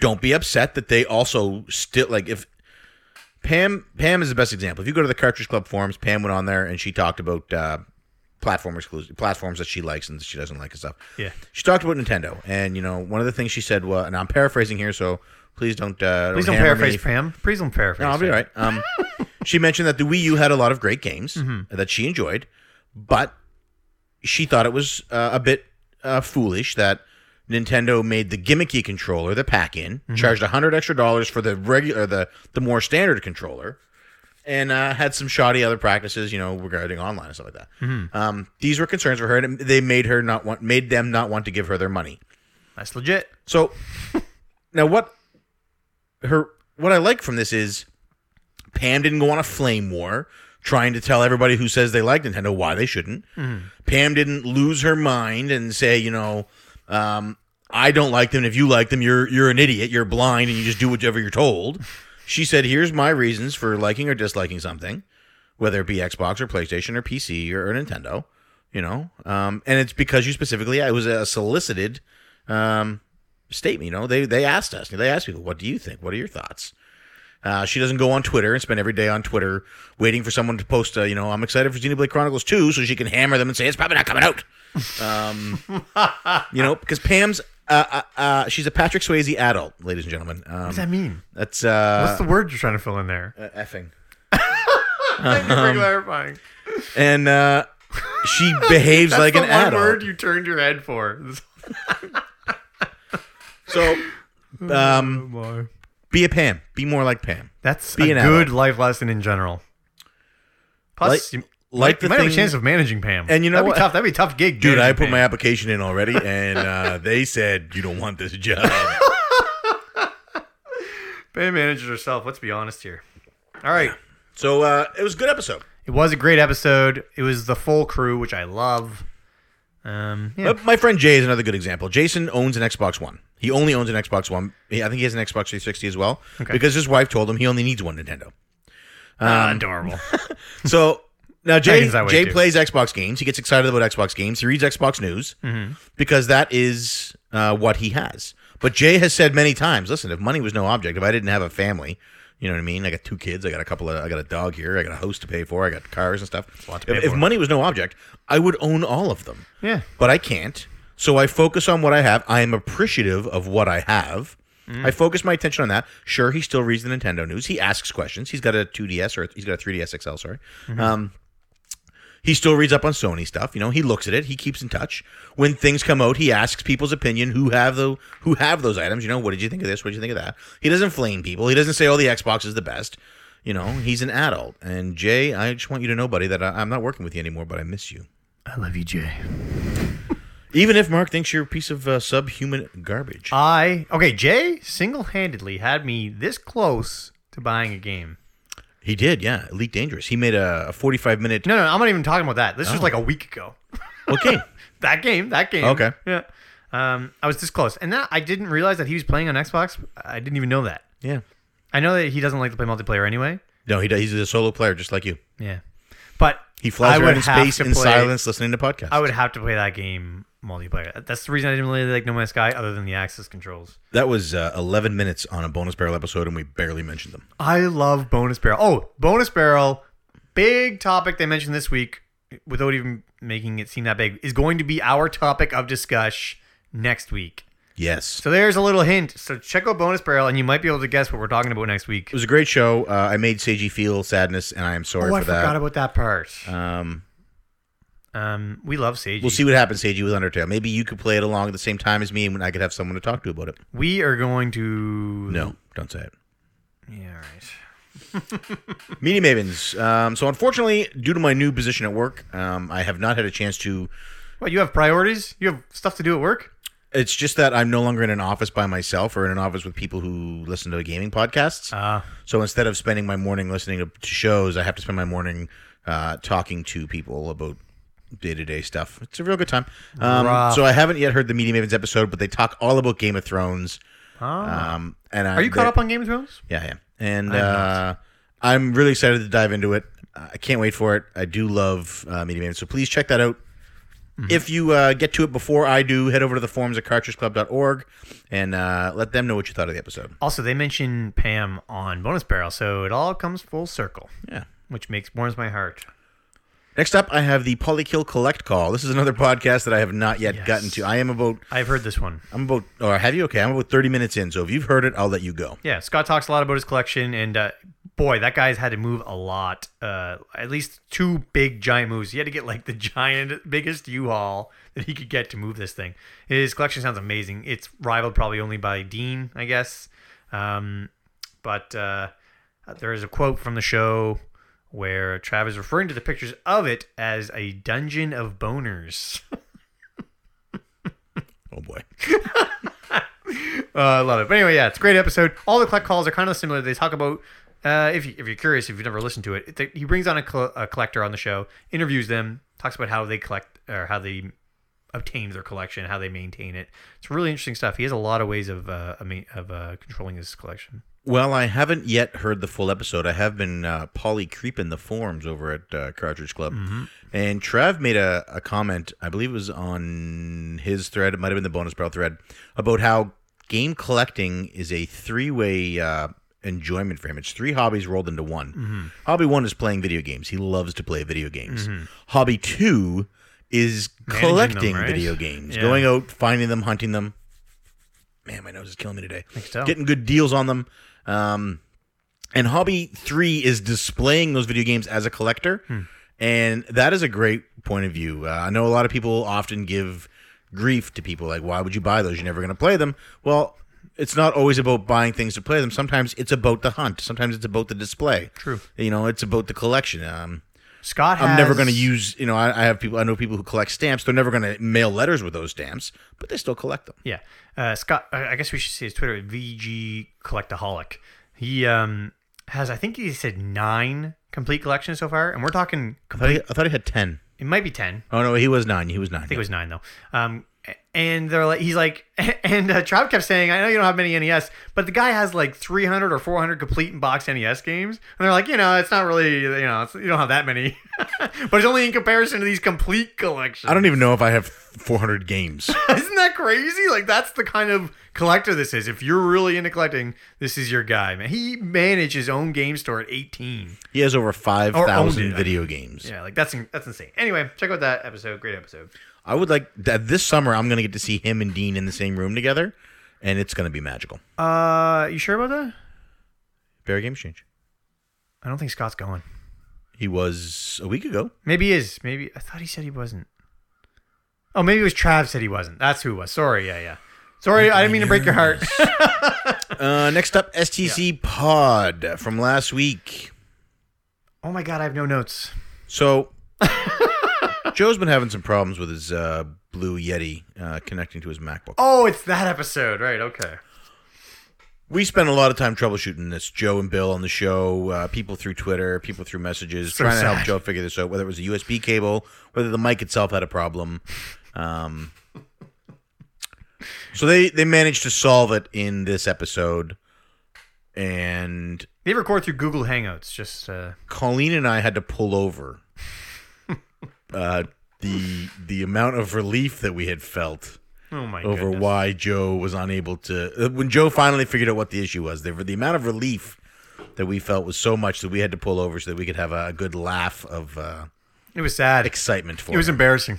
S2: Don't be upset that they also still like if Pam Pam is the best example. If you go to the Cartridge Club forums, Pam went on there and she talked about uh, platform exclusive platforms that she likes and that she doesn't like and stuff.
S3: Yeah.
S2: She talked about Nintendo, and you know one of the things she said was, and I'm paraphrasing here, so please don't uh,
S3: Please don't
S2: hammer me
S3: paraphrase Pam. Please don't paraphrase.
S2: no, I'll be
S3: Pam.
S2: all right. Um, she mentioned that the Wii U had a lot of great games that she enjoyed, but she thought it was uh, a bit uh, foolish that Nintendo made the gimmicky controller, the pack-in, charged a hundred extra dollars for the regular, the the more standard controller, and uh, had some shoddy other practices, you know, regarding online and stuff like that. Um, these were concerns for her, and they made her not want, made them not want to give her their money.
S3: That's legit.
S2: So now what her what I like from this is Pam didn't go on a flame war trying to tell everybody who says they like Nintendo why they shouldn't. Pam didn't lose her mind and say, you know, um, I don't like them. and If you like them, you're you're an idiot. You're blind and you just do whatever you're told. She said, "Here's my reasons for liking or disliking something, whether it be Xbox or PlayStation or PC or, or Nintendo." You know, um, and it's because you specifically. It was a solicited um, statement. You know, they they asked us. They asked people, "What do you think? What are your thoughts?" Uh, she doesn't go on Twitter and spend every day on Twitter waiting for someone to post. A, you know, I'm excited for Xenoblade Chronicles 2 so she can hammer them and say it's probably not coming out. Um, you know, because Pam's uh, uh, uh, she's a Patrick Swayze adult, ladies and gentlemen. Um,
S3: What does that mean?
S2: that's
S3: What's
S2: uh,
S3: the word you're trying to fill in there?
S2: uh, effing.
S3: Thank you
S2: um,
S3: for clarifying.
S2: And uh, she behaves like an adult.
S3: you turned your head for.
S2: So um,
S3: Um,
S2: be a Pam. Be more like Pam.
S3: That's
S2: Be
S3: a
S2: an
S3: good
S2: adult.
S3: life lesson in general.
S2: Like-
S3: Plus, you,
S2: like the
S3: you might have a
S2: thing-
S3: chance of managing Pam.
S2: And you know
S3: That'd
S2: what?
S3: Be tough. That'd be a tough gig,
S2: Dude, I
S3: managing
S2: put my
S3: Pam.
S2: application in already, and uh, they said you don't want this job.
S3: Pam manages herself. Let's be honest here. All right,
S2: So uh, it was a good episode.
S3: it was a great episode. It was the full crew, which I love. Um, yeah.
S2: But my friend Jay is another good example. Jason owns an Xbox One. He only owns an Xbox One. He- I think he has an Xbox 360 as well because his wife told him he only needs one Nintendo.
S3: Ah, adorable.
S2: So now Jay
S3: Megan's that way
S2: Jay
S3: too.
S2: plays Xbox games. He gets excited about Xbox games. He reads Xbox news
S3: Mm-hmm.
S2: because that is uh, what he has. But Jay has said many times, "Listen, if money was no object, if I didn't have a family." You know what I mean? I got two kids. I got a couple of. I got a dog here. I got a house to pay for. I got cars and stuff.
S3: pay
S2: If, if
S3: for.
S2: money was no object, I would own all of them.
S3: yeah.
S2: but I can't. So I focus on what I have. I am appreciative of what I have. I focus my attention on that. Sure, he still reads the Nintendo news. He asks questions. He's got a 2DS or he's got a 3DS XL. Sorry. Um, he still reads up on Sony stuff. You know, he looks at it. He keeps in touch. When things come out, he asks people's opinion who have the who have those items. You know, what did you think of this? What did you think of that? He doesn't flame people. He doesn't say, "Oh, the Xbox is the best." You know, he's an adult. And Jay, I just want you to know, buddy, that I, I'm not working with you anymore, but I miss you.
S3: I love you, Jay.
S2: Even if Mark thinks you're a piece of uh, subhuman garbage.
S3: I okay. Jay single handedly had me this close to buying a game.
S2: he did, yeah. Elite Dangerous. He made a, a 45 minute.
S3: No, no, I'm not even talking about that. This
S2: Oh.
S3: was like a week ago.
S2: Okay.
S3: That game, that game.
S2: Okay.
S3: Yeah. Um, I was this close, and that I didn't realize that he was playing on Xbox. I didn't even know that.
S2: yeah.
S3: I know that he doesn't like to play multiplayer anyway.
S2: No, he does. He's a solo player just like you.
S3: Yeah. But
S2: He flies
S3: I would
S2: around in
S3: have
S2: space
S3: to
S2: in
S3: play-
S2: silence listening to podcasts.
S3: I would have to play that game multiplayer. That's the reason I didn't really like No Man's Sky, other than the access controls.
S2: that was uh, 11 minutes on a bonus barrel episode, and we barely mentioned them.
S3: I love Bonus Barrel. Oh, Bonus Barrel, big topic they mentioned this week, without even making it seem that big, is going to be our topic of discussion next week.
S2: Yes.
S3: So there's a little hint. So check out Bonus Barrel, and you might be able to guess what we're talking about next week.
S2: it was a great show. Uh, I made Seiji feel sadness, and I am sorry
S3: Oh,
S2: for
S3: I forgot
S2: that.
S3: about that part.
S2: um,
S3: Um, we love Sage.
S2: we'll see what happens, Seiji, with Undertale. Maybe you could play it along at the same time as me, and I could have someone to talk to about it.
S3: We are going to.
S2: No, don't say it.
S3: Yeah, all right.
S2: Media Mavens. Um, so, unfortunately, due to my new position at work, um, I have not had a chance to.
S3: What, you have priorities? You have stuff to do at work?
S2: It's just that I'm no longer in an office by myself or in an office with people who listen to gaming podcasts.
S3: Uh,
S2: so, instead of spending my morning listening to, to shows, I have to spend my morning uh, talking to people about day to day stuff. It's a real good time. Um,
S3: Rough.
S2: so, I haven't yet heard the Media Mavens episode, but they talk all about Game of Thrones. Um, and I,
S3: Are you caught
S2: they-
S3: up on Game of Thrones?
S2: Yeah, I am. And uh, I'm really excited to dive into it. Uh, I can't wait for it. I do love uh, Media Man, so please check that out. If you uh, get to it before I do, head over to the forums at cartridgeclub.org and uh, let them know what you thought of the episode.
S3: Also, they mentioned Pam on Bonus Barrel, so it all comes full circle,
S2: Yeah.
S3: which makes warms my heart.
S2: Next up, I have the Polykill Collect Call. This is another podcast that I have not yet
S3: Yes.
S2: gotten to. I am about,
S3: I've heard this one.
S2: I'm about, or have you? Okay, I'm about 30 minutes in. So if you've heard it, I'll let you go.
S3: Yeah, Scott talks a lot about his collection, and uh, boy, that guy's had to move a lot. Uh, at least two big giant moves. He had to get like the giant, biggest U-Haul that he could get to move this thing. His collection sounds amazing. It's rivaled probably only by Dean, I guess. Um, but uh, there is a quote from the show where Trav is referring to the pictures of it as a dungeon of boners.
S2: Oh, boy.
S3: Uh, I love it. But anyway, yeah, it's a great episode. All the collect calls are kind of similar. They talk about uh, if you, if you're curious, if you've never listened to it, th- he brings on a, col- a collector on the show, interviews them, talks about how they collect or how they obtain their collection, how they maintain it. It's really interesting stuff. He has a lot of ways of uh, I mean, of uh, controlling his collection.
S2: Well, I haven't yet heard the full episode. I have been uh, poly creeping the forums over at uh, Cartridge Club,
S3: Mm-hmm.
S2: and Trav made a, a comment. I believe it was on his thread. It might have been the bonus barrel thread about how game collecting is a three way uh, enjoyment for him. It's three hobbies rolled into one.
S3: Mm-hmm.
S2: Hobby one is playing video games. He loves to play video games. Hobby two is
S3: Managing them,
S2: collecting
S3: right?
S2: video games,
S3: Yeah.
S2: going out, finding them, hunting them. Man, my nose is killing me today
S3: so.
S2: getting good deals on them. Um, and hobby three is displaying those video games as a collector, and that is a great point of view. Uh, I know a lot of people often give grief to people like, "Why would you buy those? You're never going to play them." Well, it's not always about buying things to play them. Sometimes it's about the hunt. Sometimes it's about the display.
S3: True.
S2: You know, it's about the collection. Um,
S3: Scott,
S2: I'm never
S3: has-
S2: going to use. You know, I, I have people. I know people who collect stamps. They're never going to mail letters with those stamps, but they still collect them.
S3: Yeah, uh, Scott. I I guess we should see his Twitter VG Collectaholic. He um, has I think he said nine complete collections so far, and we're talking
S2: I thought he, I thought he had ten.
S3: it might be ten.
S2: Oh no, he was nine. He was nine.
S3: I think it was nine though. Um, and they're like, he's like, and uh, Trav kept saying, I know you don't have many NES, but the guy has like 300 or 400 complete in box NES games, and they're like, you know, it's not really, you know, it's, you don't have that many, but it's only in comparison to these complete collections.
S2: I don't even know if I have 400 games.
S3: Isn't that crazy? Like that's the kind of collector this is. If you're really into collecting, this is your guy, man. He managed his own game store at 18.
S2: he has over
S3: Or owned
S2: 5,000
S3: it.
S2: video games.
S3: Yeah, like that's in- that's insane. Anyway, check out that episode. Great episode.
S2: I would like that this summer. I'm going to get to see him and Dean in the same room together, and it's going to be magical.
S3: Uh, you sure about that?
S2: Barry Game Exchange.
S3: I don't think Scott's going.
S2: He was a week ago.
S3: Maybe he is. Maybe I thought he said he wasn't. Oh, maybe it was Trav said he wasn't. That's who it was. Sorry, yeah, yeah. Sorry, I didn't mean to break your heart.
S2: Uh, next up, STC Pod from last week.
S3: oh my god, I have no notes.
S2: So Joe's been having some problems with his uh, Blue Yeti uh, connecting to his MacBook.
S3: Oh, it's that episode, right? Okay.
S2: We spent a lot of time troubleshooting this, Joe and Bill on the show, uh, people through Twitter, people through messages,
S3: So
S2: trying to help
S3: sad.
S2: Joe figure this out, whether it was a USB cable, whether the mic itself had a problem. Um, so they, they managed to solve it in this episode. And
S3: They record through Google Hangouts. Just uh,
S2: Colleen and I had to pull over. Uh, the the amount of relief that we had felt
S3: oh my
S2: over
S3: goodness.
S2: why Joe was unable to. uh, When Joe finally figured out what the issue was, the, the amount of relief that we felt was so much that we had to pull over so that we could have a, a good laugh of uh,
S3: It was sad.
S2: excitement for
S3: It was
S2: him.
S3: embarrassing.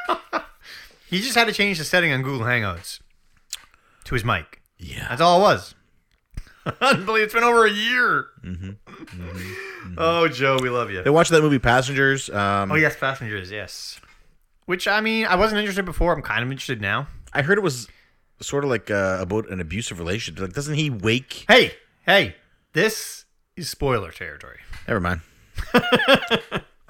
S3: he just had to change the setting on Google Hangouts to his mic.
S2: yeah.
S3: That's all it was. Unbelievable. It's been over a year. oh, Joe, we love you.
S2: They watched that movie Passengers. Um,
S3: Oh yes, passengers. Yes. Which I mean, I wasn't interested before. I'm kind of interested now.
S2: I heard it was sort of like uh, about an abusive relationship. Like, doesn't he wake?
S3: Hey, hey, this is spoiler territory.
S2: Never mind.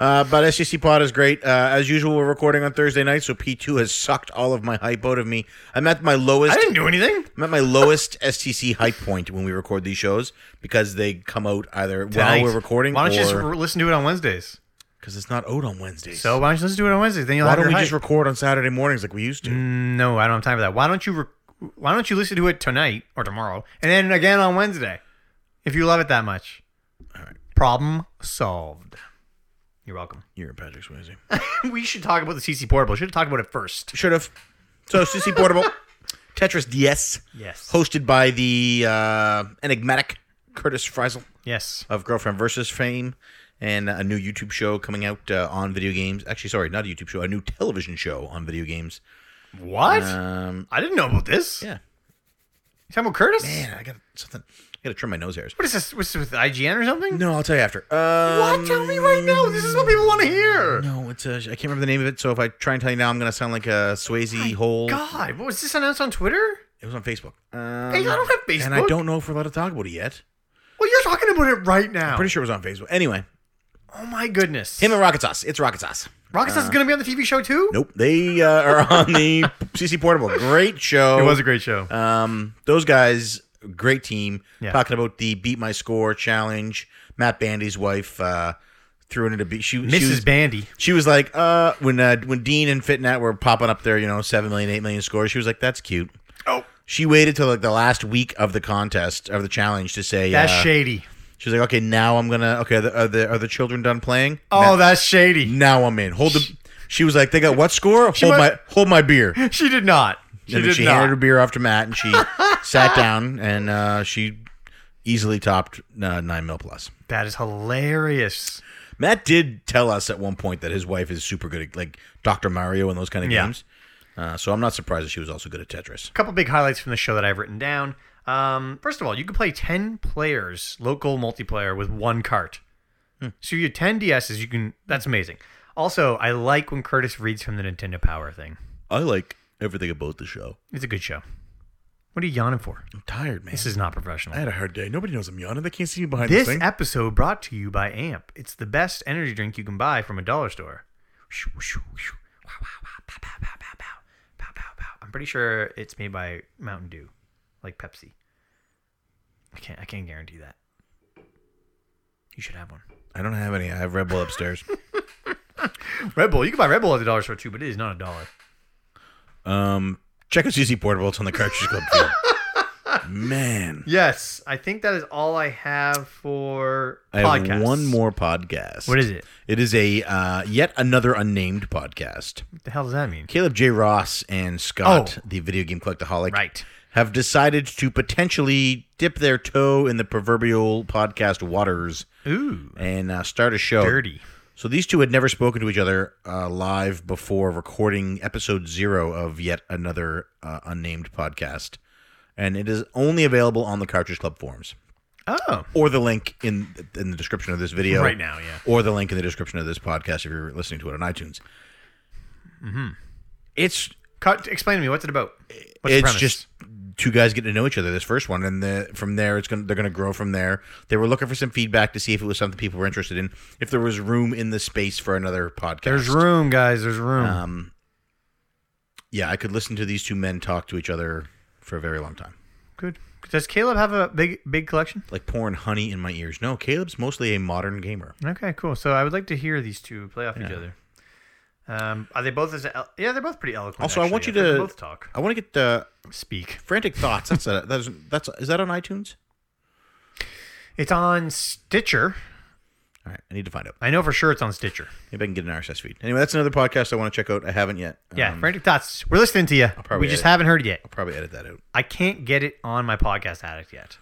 S2: Uh, but SCC Pod is great. Uh, as usual, we're recording on Thursday night, so P2 has sucked all of my hype out of me. I'm at my lowest.
S3: I didn't do anything.
S2: I'm at my lowest STC hype point when we record these shows because they come out either
S3: Tonight.
S2: while we're recording
S3: Why don't you just
S2: or
S3: re- listen to it on Wednesdays?
S2: because it's not out on Wednesdays.
S3: So why don't you listen to it on Wednesdays? Then you'll
S2: why
S3: have
S2: don't
S3: your
S2: we
S3: hype. Mm.
S2: just record on Saturday mornings like we used to?
S3: no, I don't have time for that. Why don't you re- why don't you listen to it tonight or tomorrow, and then again on Wednesday, if you love it that much. Problem solved. You're welcome.
S2: You're Patrick Swayze.
S3: we should talk about the CC Portable. Should have talked about it first.
S2: Should have. So CC Portable, Tetris DS,
S3: Yes.
S2: hosted by the uh, enigmatic Curtis Friesel
S3: Yes.
S2: of Girlfriend Versus fame, and a new YouTube show coming out uh, on video games. Actually, sorry, not a YouTube show, a new television show on video games.
S3: What?
S2: Um,
S3: I didn't know about this.
S2: yeah,
S3: You talking about Curtis?
S2: man, I got something. I got to trim my nose hairs.
S3: What is this? What's this with IGN or something?
S2: No, I'll tell you after. Um,
S3: what? Tell me right now. This is what people want to hear.
S2: No, it's uh, I can't remember the name of it. So if I try and tell you now, I'm gonna sound like a Swayze hole.
S3: God, what was this announced on Twitter?
S2: It was on Facebook. Um,
S3: Hey, I don't have Facebook.
S2: and I don't know if we're allowed to talk about it yet.
S3: Well, you're talking about it right now.
S2: Pretty sure it was on Facebook. Anyway,
S3: oh my goodness.
S2: him and uh, Rocket Sauce. It's Rocket Sauce.
S3: Rocket Sauce is going to be on the TV show too.
S2: Nope, they uh, are on the CC Portable. Great show.
S3: It was a great show.
S2: Um, those guys, great team.
S3: Yeah.
S2: Talking about the beat my score challenge. Matt Bandy's wife uh, threw in a beat. She, she was,
S3: Mrs. Bandy.
S2: she was like, uh, when uh, when Dean and Fitnet were popping up their, you know, seven million, eight million scores, she was like, that's cute.
S3: Oh,
S2: She waited till like the last week of the contest of the challenge to say.
S3: that's
S2: uh,
S3: shady.
S2: she was like, okay, now I'm gonna. Okay, are the are the, are the children done playing?
S3: Oh, that's shady.
S2: Now I'm in. Hold the. She was like, they got what score? Hold
S3: mu-
S2: my hold my beer.
S3: She did not. She
S2: and then
S3: did
S2: she handed her
S3: not.
S2: beer off to Matt, and she sat down, and uh, she easily topped uh, nine mil plus.
S3: That is hilarious.
S2: Matt did tell us at one point that his wife is super good at like Doctor Mario and those kind of
S3: Yeah.
S2: games. Uh, so I'm not surprised that she was also good at Tetris.
S3: A couple big highlights from the show that I've written down. Um, first of all, you can play 10 players local multiplayer with one cart. So you have 10 DSs, you can that's amazing. Also, I like when Curtis reads from the Nintendo Power thing.
S2: I like everything about the show.
S3: It's a good show. What are you yawning for?
S2: I'm tired, man.
S3: This is not professional.
S2: a hard day. Nobody knows I'm yawning. They can't see me behind
S3: This episode brought to you by AMP. It's the best energy drink you can buy from a dollar store. Shoo, shoo, shoo. Wow, wow, wow. Pow, pow, pow, pow, pow. Pow, pow, pow. I'm pretty sure it's made by Mountain Dew, like Pepsi. I can't. I can't guarantee that. You should have one.
S2: I don't have any. I have Red Bull upstairs.
S3: Red Bull. You can buy Red Bull at the dollar store too, but it is not a dollar.
S2: um, check out CC Portable. It's on the Cartridge Club. Field. Man,
S3: Yes, I think that is all I have for
S2: I have one more podcast.
S3: What is it?
S2: It is a uh, yet another unnamed podcast.
S3: What the hell does that mean?
S2: Caleb J. Ross and Scott,
S3: Oh.
S2: the video game collectaholic,
S3: Right.
S2: have decided to potentially dip their toe in the proverbial podcast waters
S3: Ooh,
S2: and uh, start a show.
S3: dirty.
S2: So these two had never spoken to each other uh, live before recording episode zero of yet another uh, unnamed podcast, and it is only available on the Cartridge Club forums
S3: Oh,
S2: or the link in in the description of this video
S3: Right now, yeah.
S2: or the link in the description of this podcast if you're listening to it on iTunes. Mm-hmm.
S3: Mm-hmm.
S2: It's
S3: Cut, explain to me what's it about. What's the
S2: it's
S3: premise?
S2: just two guys getting to know each other. This first one, and the, from there, it's gonna they're gonna grow from there. They were looking for some feedback to see if it was something people were interested in, if there was room in the space for another podcast.
S3: There's room, guys. There's room.
S2: Um, yeah, I could listen to these two men talk to each other for a very long time.
S3: Good. Does Caleb have a big, big collection?
S2: Like pouring honey in my ears. No, Caleb's mostly a modern gamer.
S3: Okay, cool. So I would like to hear these two play off each other. Um, are they both as el- yeah? They're both pretty eloquent.
S2: Also, I
S3: actually.
S2: want you
S3: think they
S2: to
S3: both talk,
S2: I want to get the
S3: speak.
S2: frantic thoughts. That's a, that's that's is that on iTunes?
S3: It's on Stitcher.
S2: All right, I need to find out.
S3: I know for sure it's on Stitcher.
S2: Maybe I can get an RSS feed. Anyway, that's another podcast I want to check out. I haven't yet.
S3: Yeah,
S2: Um,
S3: frantic thoughts. We're listening to you.
S2: probably
S3: We just
S2: edit.
S3: haven't heard it yet.
S2: I'll probably edit that out.
S3: I can't get it on my podcast addict yet.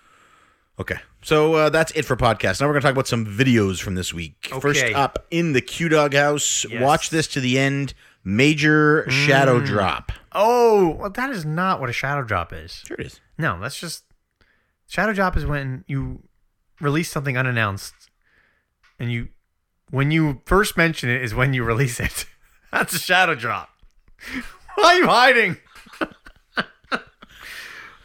S2: Okay, so uh, that's it for podcast. Now we're going to talk about some videos from this week. First
S3: Okay.
S2: up in the Q Dog House.
S3: Yes. Mm.
S2: Watch this to the end. Major shadow drop.
S3: Oh, well, that is not what a shadow drop is.
S2: Sure it is.
S3: No, that's just shadow drop is when you release something unannounced, and you when you first mention it is when you release it. That's a shadow drop. Why are you hiding? are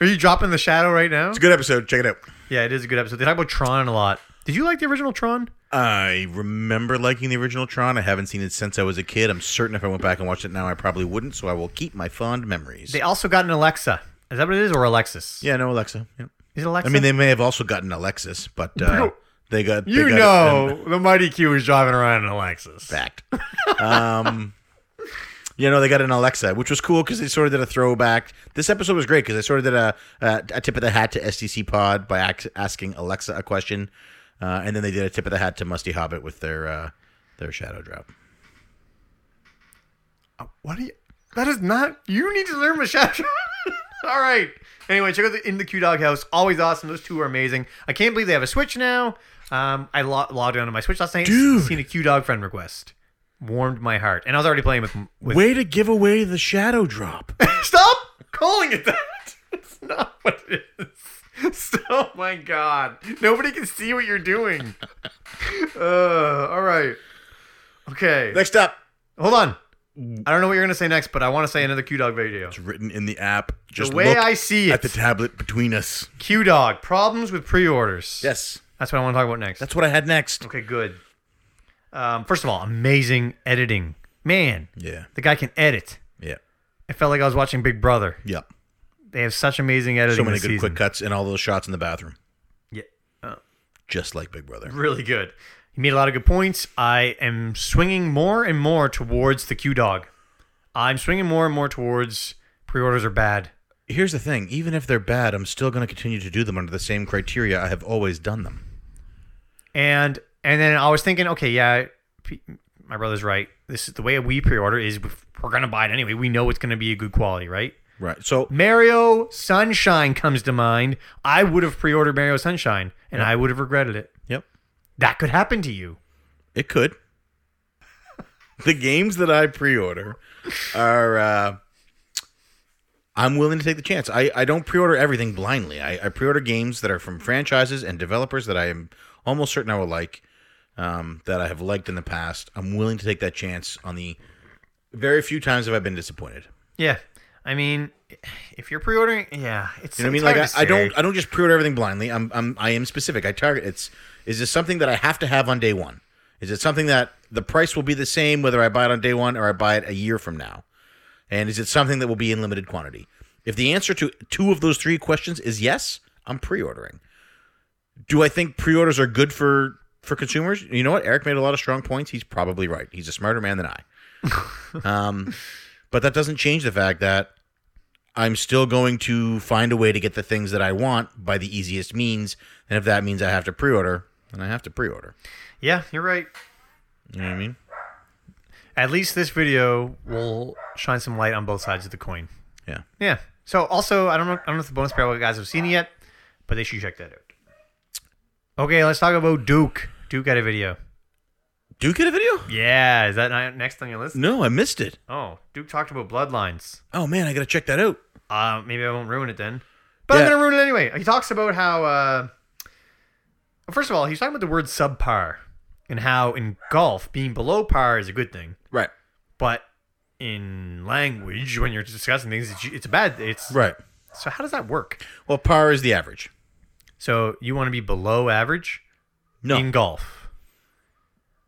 S3: you dropping the shadow right now?
S2: It's a good episode. Check it out.
S3: Yeah, it is a good episode. They talk about Tron a lot. Did you like the original Tron?
S2: I remember liking the original Tron. I haven't seen it since I was a kid. I'm certain if I went back and watched it now, I probably wouldn't. So I will keep my fond memories.
S3: They also got an Alexa. Is that what it is, or Alexis?
S2: yeah, no Alexa. Yep.
S3: Is it Alexa?
S2: I mean, they may have also gotten Alexis, but uh,
S3: Bro,
S2: they got
S3: you
S2: they got
S3: know the Mighty Q is driving around an
S2: it
S3: Alexis.
S2: in fact. um, You know, they got an Alexa, which was cool because they sort of did a throwback. This episode was great because they sort of did a, a, a tip of the hat to STC Pod by ac- asking Alexa a question, uh, and then they did a tip of the hat to Musty Hobbit with their uh, their shadow drop.
S3: What do you? That is not. You need to learn Machado. All right. Anyway, check out the In the Q Dog House. Always awesome. Those two are amazing. I can't believe they have a Switch now. Um, I lo- logged on to my Switch last night.
S2: Dude.
S3: Seen a Q Dog friend request. Warmed my heart. And I was already playing with. with
S2: Way to give away the shadow drop.
S3: Stop calling it that. It's not what it is. Oh my god. Nobody can see what you're doing. Uh, all right. Okay.
S2: Next up,
S3: Hold on. I don't know what you're going to say next, but I want to say another Q Dog video.
S2: it's written in the app. Just
S3: the way
S2: look
S3: I see it,
S2: at the tablet between us.
S3: Q Dog problems with pre-orders.
S2: Yes,
S3: that's what I want to talk about next.
S2: that's what I had next.
S3: okay. Good. Um, first of all, amazing editing, man.
S2: Yeah,
S3: The guy can edit.
S2: yeah,
S3: It felt like I was watching Big Brother.
S2: yeah.
S3: They have such amazing editing.
S2: So many
S3: this
S2: good
S3: season.
S2: quick cuts and all those shots in the bathroom,
S3: Yeah, uh,
S2: just like Big Brother.
S3: really good. He made a lot of good points. I am swinging more and more towards the Q Dog. I'm swinging more and more towards pre-orders are bad.
S2: Here's the thing: even if they're bad, I'm still going to continue to do them under the same criteria I have always done them.
S3: and and then I was thinking, okay, yeah, p- my brother's right. This is the way we pre-order is we're gonna buy it anyway. We know it's gonna be a good quality, right?
S2: Right. So
S3: Mario Sunshine comes to mind. I would have pre-ordered Mario Sunshine, and I would have regretted it.
S2: Yep.
S3: That could happen to you.
S2: It could. the games that I pre-order are. Uh, I'm willing to take the chance. I, I don't pre-order everything blindly. I, I pre-order games that are from franchises and developers that I am almost certain I will like, um, that I have liked in the past. I'm willing to take that chance. On the very few times have I been disappointed.
S3: Yeah, I mean, if you're pre-ordering, yeah, it's.
S2: You know what I mean?
S3: it's
S2: Like
S3: hard to
S2: I, I
S3: say.
S2: don't I don't just pre-order everything blindly. I'm I'm I am specific. I target it's is this something that I have to have on day one? Is it something that the price will be the same whether I buy it on day one or I buy it a year from now? And is it something that will be in limited quantity? If the answer to two of those three questions is yes, I'm pre-ordering. Do I think pre-orders are good for for consumers? You know what? Eric made a lot of strong points. He's probably right. He's a smarter man than I. um, but that doesn't change the fact that I'm still going to find a way to get the things that I want by the easiest means. And if that means I have to pre order, then I have to pre order.
S3: Yeah, you're right.
S2: You know what I mean?
S3: At least this video will shine some light on both sides of the coin.
S2: Yeah.
S3: Yeah. So also, I don't know, I don't know if the bonus barrel guys have seen it yet, but they should check that out. Okay, let's talk about Duke. Duke had a video.
S2: Do you get a video?
S3: Yeah, is that not next on your list?
S2: No, I missed it.
S3: Oh, Duke talked about bloodlines.
S2: Oh, man, I got to check that out.
S3: Uh, maybe I won't ruin it then, but
S2: Yeah.
S3: I'm gonna ruin it anyway. He talks about how, uh, first of all, he's talking about the word subpar and how in golf being below par is a good thing,
S2: Right.
S3: but in language when you're discussing things, it's, it's a bad. It's
S2: Right.
S3: So how does that work?
S2: Well, par is the average.
S3: So you want to be below average
S2: No.
S3: in golf.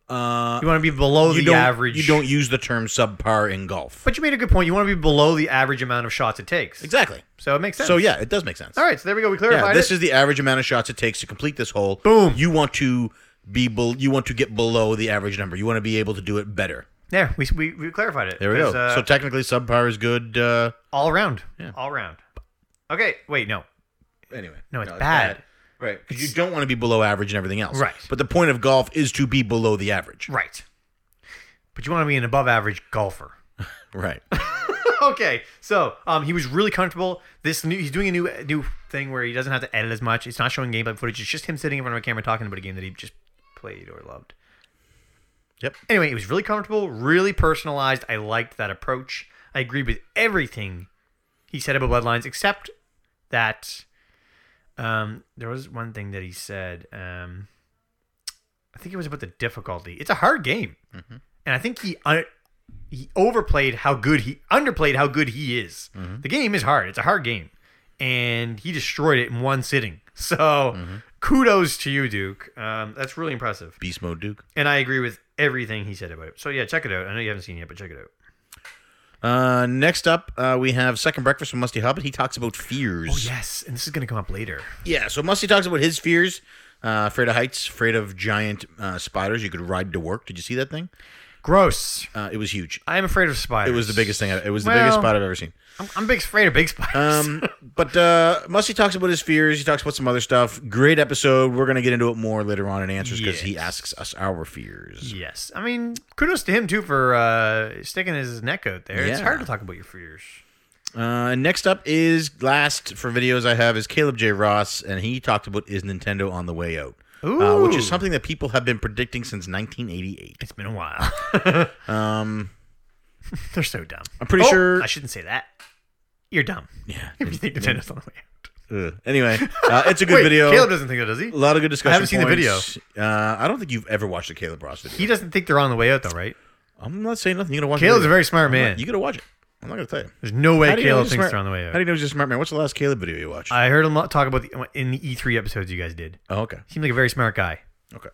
S2: uh,
S3: You want to be below
S2: you
S3: the
S2: don't,
S3: average.
S2: You don't use the term subpar in golf.
S3: But you made a good point. You want to be below the average amount of shots it takes.
S2: Exactly.
S3: So it makes sense.
S2: So, yeah, it does make sense.
S3: All right. So there we go. We
S2: Yeah,
S3: clarified
S2: this
S3: it.
S2: is the average amount of shots it takes to complete this hole.
S3: Boom.
S2: You want to be bel you want to get below the average number. You want to be able to do it better.
S3: there. We, we, we clarified it.
S2: There we go.
S3: 'Cause, uh,
S2: so technically, subpar is good. Uh,
S3: all around.
S2: Yeah.
S3: All around. Okay. Wait. No.
S2: anyway,
S3: No, it's bad.
S2: Right, because you don't want to be below average and everything else.
S3: Right.
S2: But the point of golf is to be below the average.
S3: Right. But you want to be an above average golfer.
S2: Right.
S3: okay. So um, he was really comfortable. This new he's doing a new new thing where he doesn't have to edit as much. It's not showing gameplay footage. It's just him sitting in front of a camera talking about a game that he just played or loved.
S2: Yep.
S3: Anyway, it was really comfortable, really personalized. I liked that approach. I agreed with everything he said about bloodlines, except that um, there was one thing that he said. Um, I think it was about the difficulty. It's a hard game, and I think he un- he overplayed how good he underplayed how good he is.
S2: Mm-hmm.
S3: The game is hard. It's a hard game, and he destroyed it in one sitting. So
S2: Mm-hmm.
S3: kudos to you, Duke. Um, that's really impressive.
S2: Beast mode, Duke.
S3: And I agree with everything he said about it. So yeah, check it out. I know you haven't seen it yet, but check it out.
S2: Uh, next up, uh, we have second breakfast from Musty Hobbit. He talks about fears.
S3: Oh yes, and this is gonna come up later.
S2: Yeah, so Musty talks about his fears. Uh, afraid of heights, afraid of giant uh, spiders you could ride to work. Did you see that thing?
S3: Gross.
S2: Uh, it was huge.
S3: I am afraid of spiders.
S2: It was the biggest thing. I, it was the
S3: Well-
S2: biggest spot I've ever seen.
S3: I'm, I'm big afraid of big spiders.
S2: Um, but uh, Musty talks about his fears. He talks about some other stuff. Great episode. We're gonna get into it more later on in answers because he
S3: Yes.
S2: asks us our fears.
S3: yes. I mean, kudos to him too for uh, sticking his neck out there. It's
S2: Yeah.
S3: hard to talk about your fears.
S2: Uh, and next up is last for videos I have is Caleb J Ross, and he talked about is Nintendo on the way out, Uh, which is
S3: Ooh.
S2: something that people have been predicting since 1988.
S3: It's been a while.
S2: Um,
S3: They're so dumb.
S2: I'm pretty
S3: Oh,
S2: sure.
S3: I shouldn't say that. You're dumb.
S2: yeah.
S3: If you think Nintendo's on the way out.
S2: Ugh. Anyway, uh, it's a good
S3: Wait,
S2: video.
S3: Caleb doesn't think that, does he?
S2: a lot of good discussion.
S3: haven't seen the
S2: points. Uh, I don't think you've ever watched a Caleb Ross video.
S3: He doesn't think they're on the way out, though, right?
S2: I'm not saying nothing. You gotta watch. the
S3: Caleb's a
S2: video.
S3: very smart
S2: I'm not-
S3: man.
S2: You gotta watch it. I'm not gonna tell you.
S3: There's no way
S2: How do you know
S3: Caleb
S2: he's a
S3: thinks
S2: smart-
S3: they're on the way
S2: How do
S3: out.
S2: you know he's a smart man? What's the last Caleb video you watched?
S3: I heard him lo- talk about the in the E3 episodes you guys did.
S2: oh, okay.
S3: Seemed like a very smart guy.
S2: Okay.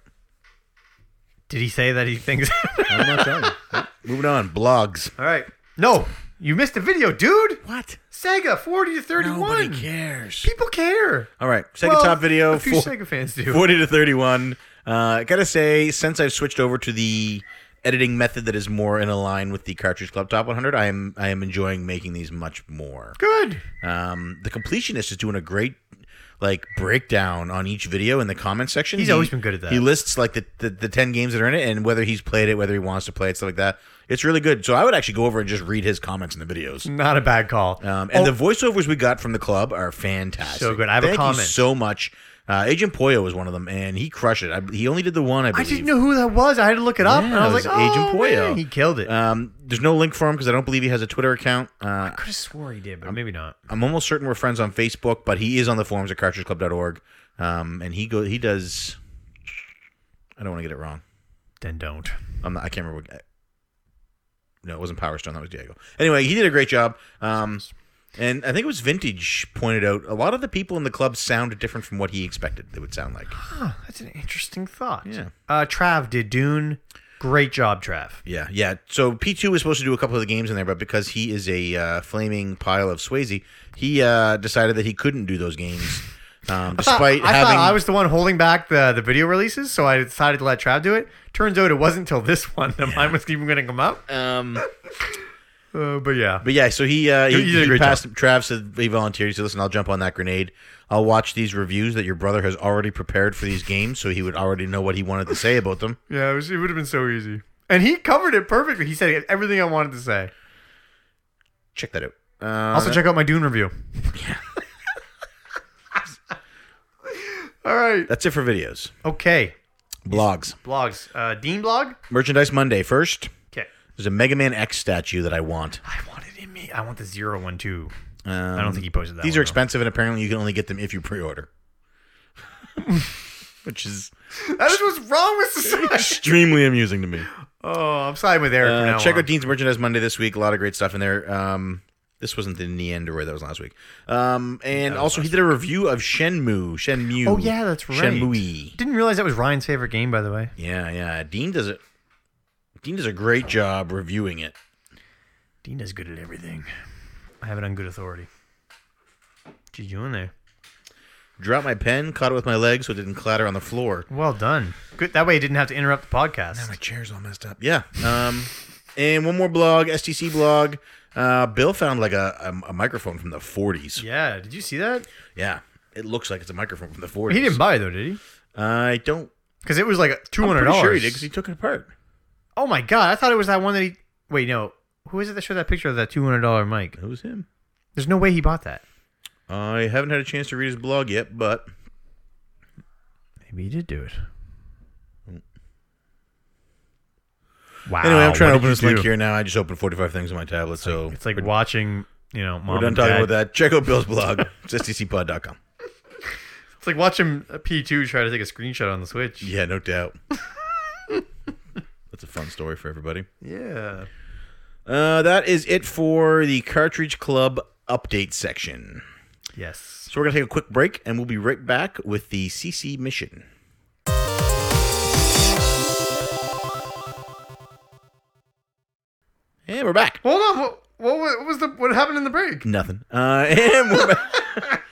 S3: Did he say that he thinks?
S2: I'm not telling you. Moving on. Blogs.
S3: All right. No, you missed a video, dude.
S2: What?
S3: Sega 40 to 31.
S2: cares.
S3: People care.
S2: All right. Second
S3: Well,
S2: top video.
S3: A few
S2: four-
S3: Sega fans do.
S2: 40 to 31. Uh, I gotta say, since I've switched over to the editing method that is more in line with the Cartridge Club Top 100, I am I am enjoying making these much more.
S3: Good.
S2: Um, the completionist is doing a great like breakdown on each video in the comment section.
S3: He's always been good at that.
S2: He lists like the, the the ten games that are in it and whether he's played it, whether he wants to play it, stuff like that. It's really good. So I would actually go over and just read his comments in the videos.
S3: Not a bad call.
S2: Um, and
S3: Oh,
S2: the voiceovers we got from the club are fantastic.
S3: So good. I have a
S2: Thank You
S3: comment.
S2: so much. Uh, Agent Poyo was one of them, and he crushed it. I, he only did the one. I
S3: I
S2: believe.
S3: didn't know who that was. I had to look it up, and
S2: Yeah,
S3: I
S2: it was
S3: was like,
S2: Agent
S3: "Oh
S2: Puyo."
S3: man, he killed it."
S2: Um, there's no link for him because I don't believe he has a Twitter account. Uh,
S3: Could have swore he did, but maybe not.
S2: I'm almost certain we're friends on Facebook, but he is on the forums at cartridgeclub.org. Um, and he go he does. I don't want to get it wrong.
S3: Then don't.
S2: I'm not. I can't remember. What, no, it wasn't Power Stone. That was Diego. Anyway, he did a great job. Um, and I think it was Vintage pointed out a lot of the people in the club sounded different from what he expected they would sound like.
S3: Huh, that's an interesting thought.
S2: Yeah.
S3: Uh, Trav did Dune. Great job, Trav.
S2: Yeah, yeah. So P two was supposed to do a couple of the games in there, but because he is a uh, flaming pile of Swayze, he uh, decided that he couldn't do those games. Um, despite
S3: I thought
S2: having,
S3: I was the one holding back the, the video releases, so I decided to let Trav do it. Turns out it wasn't until this one that mine was even going to come up.
S2: um,
S3: Uh, but yeah,
S2: But yeah, so he uh, he,
S3: You- you did a
S2: he
S3: great
S2: passed. Trav said he volunteered. He said, "Listen, I'll jump on that grenade. I'll watch these reviews that your brother has already prepared for these games, so he would already know what he wanted to say about them."
S3: yeah, it, was, it would have been so easy. And he covered it perfectly. He said everything I wanted to say.
S2: Check that out. Uh,
S3: Also, check out my Dune review. All right.
S2: that's it for videos,
S3: Okay.
S2: blogs,
S3: Blogs. Uh, Dean blog.
S2: merchandise Monday. First,
S3: Okay.
S2: there's a Mega Man X statue that I want.
S3: I want it in me. I want the zero one too.
S2: Um,
S3: I don't think he posted that.
S2: these are
S3: one, though.
S2: expensive, and apparently you can only get them if you pre-order, which is
S3: That is what's wrong with society.
S2: extremely amusing to me.
S3: oh, I'm siding with Eric
S2: Uh,
S3: for now.
S2: check
S3: on.
S2: out Dean's merchandise Monday this week. A lot of great stuff in there. Um, this wasn't the Neanderoid that was last week. Um, and also he did a review of Shenmue. Shenmue.
S3: Oh yeah, that's right.
S2: Shenmue.
S3: Didn't realize that was Ryan's favorite game, by the way.
S2: Yeah, yeah. Dean does it. Dean does a great job reviewing it.
S3: Dean is good at everything. I have it on good authority. What you doing there?
S2: Dropped my pen, caught it with my leg, so it didn't clatter on the floor.
S3: Well done. Good. That way, you didn't have to interrupt the podcast.
S2: chair's all messed up. Yeah. Um, and one more blog, STC blog. Uh, Bill found like a, a, a microphone from the 40s. Yeah.
S3: yeah. Did you see that?
S2: it looks like it's a microphone from the 40s.
S3: He didn't buy it, though, did he?
S2: I don't.
S3: Because it was like two
S2: I'm
S3: hundred
S2: pretty
S3: dollars.
S2: sure he did because he took it apart.
S3: Oh my god! I thought it was that one that he. Wait, no. Who is it that showed that picture of that two hundred dollar mic?
S2: It was him.
S3: There's no way he bought that.
S2: I haven't had a chance to read his blog yet, but
S3: Maybe he did do it. Mm. Wow.
S2: anyway, I'm trying
S3: what
S2: to open
S3: did you
S2: this link
S3: do?
S2: here now. I just opened 45 things on my tablet, so
S3: It's like watching, you know, mom
S2: we're done
S3: and
S2: talking
S3: dad-
S2: about that. Check out Bill's blog. it's stcpod.com.
S3: It's like watching a P2 try to take a screenshot on the Switch.
S2: Yeah, no doubt. That's a fun story for everybody.
S3: Yeah.
S2: Uh, that is it for the Cartridge Club update section.
S3: Yes.
S2: So we're gonna take a quick break, and we'll be right back with the CC mission. And we're back.
S3: Hold on. What, what was the what happened in the break?
S2: Nothing. Uh, and we're back.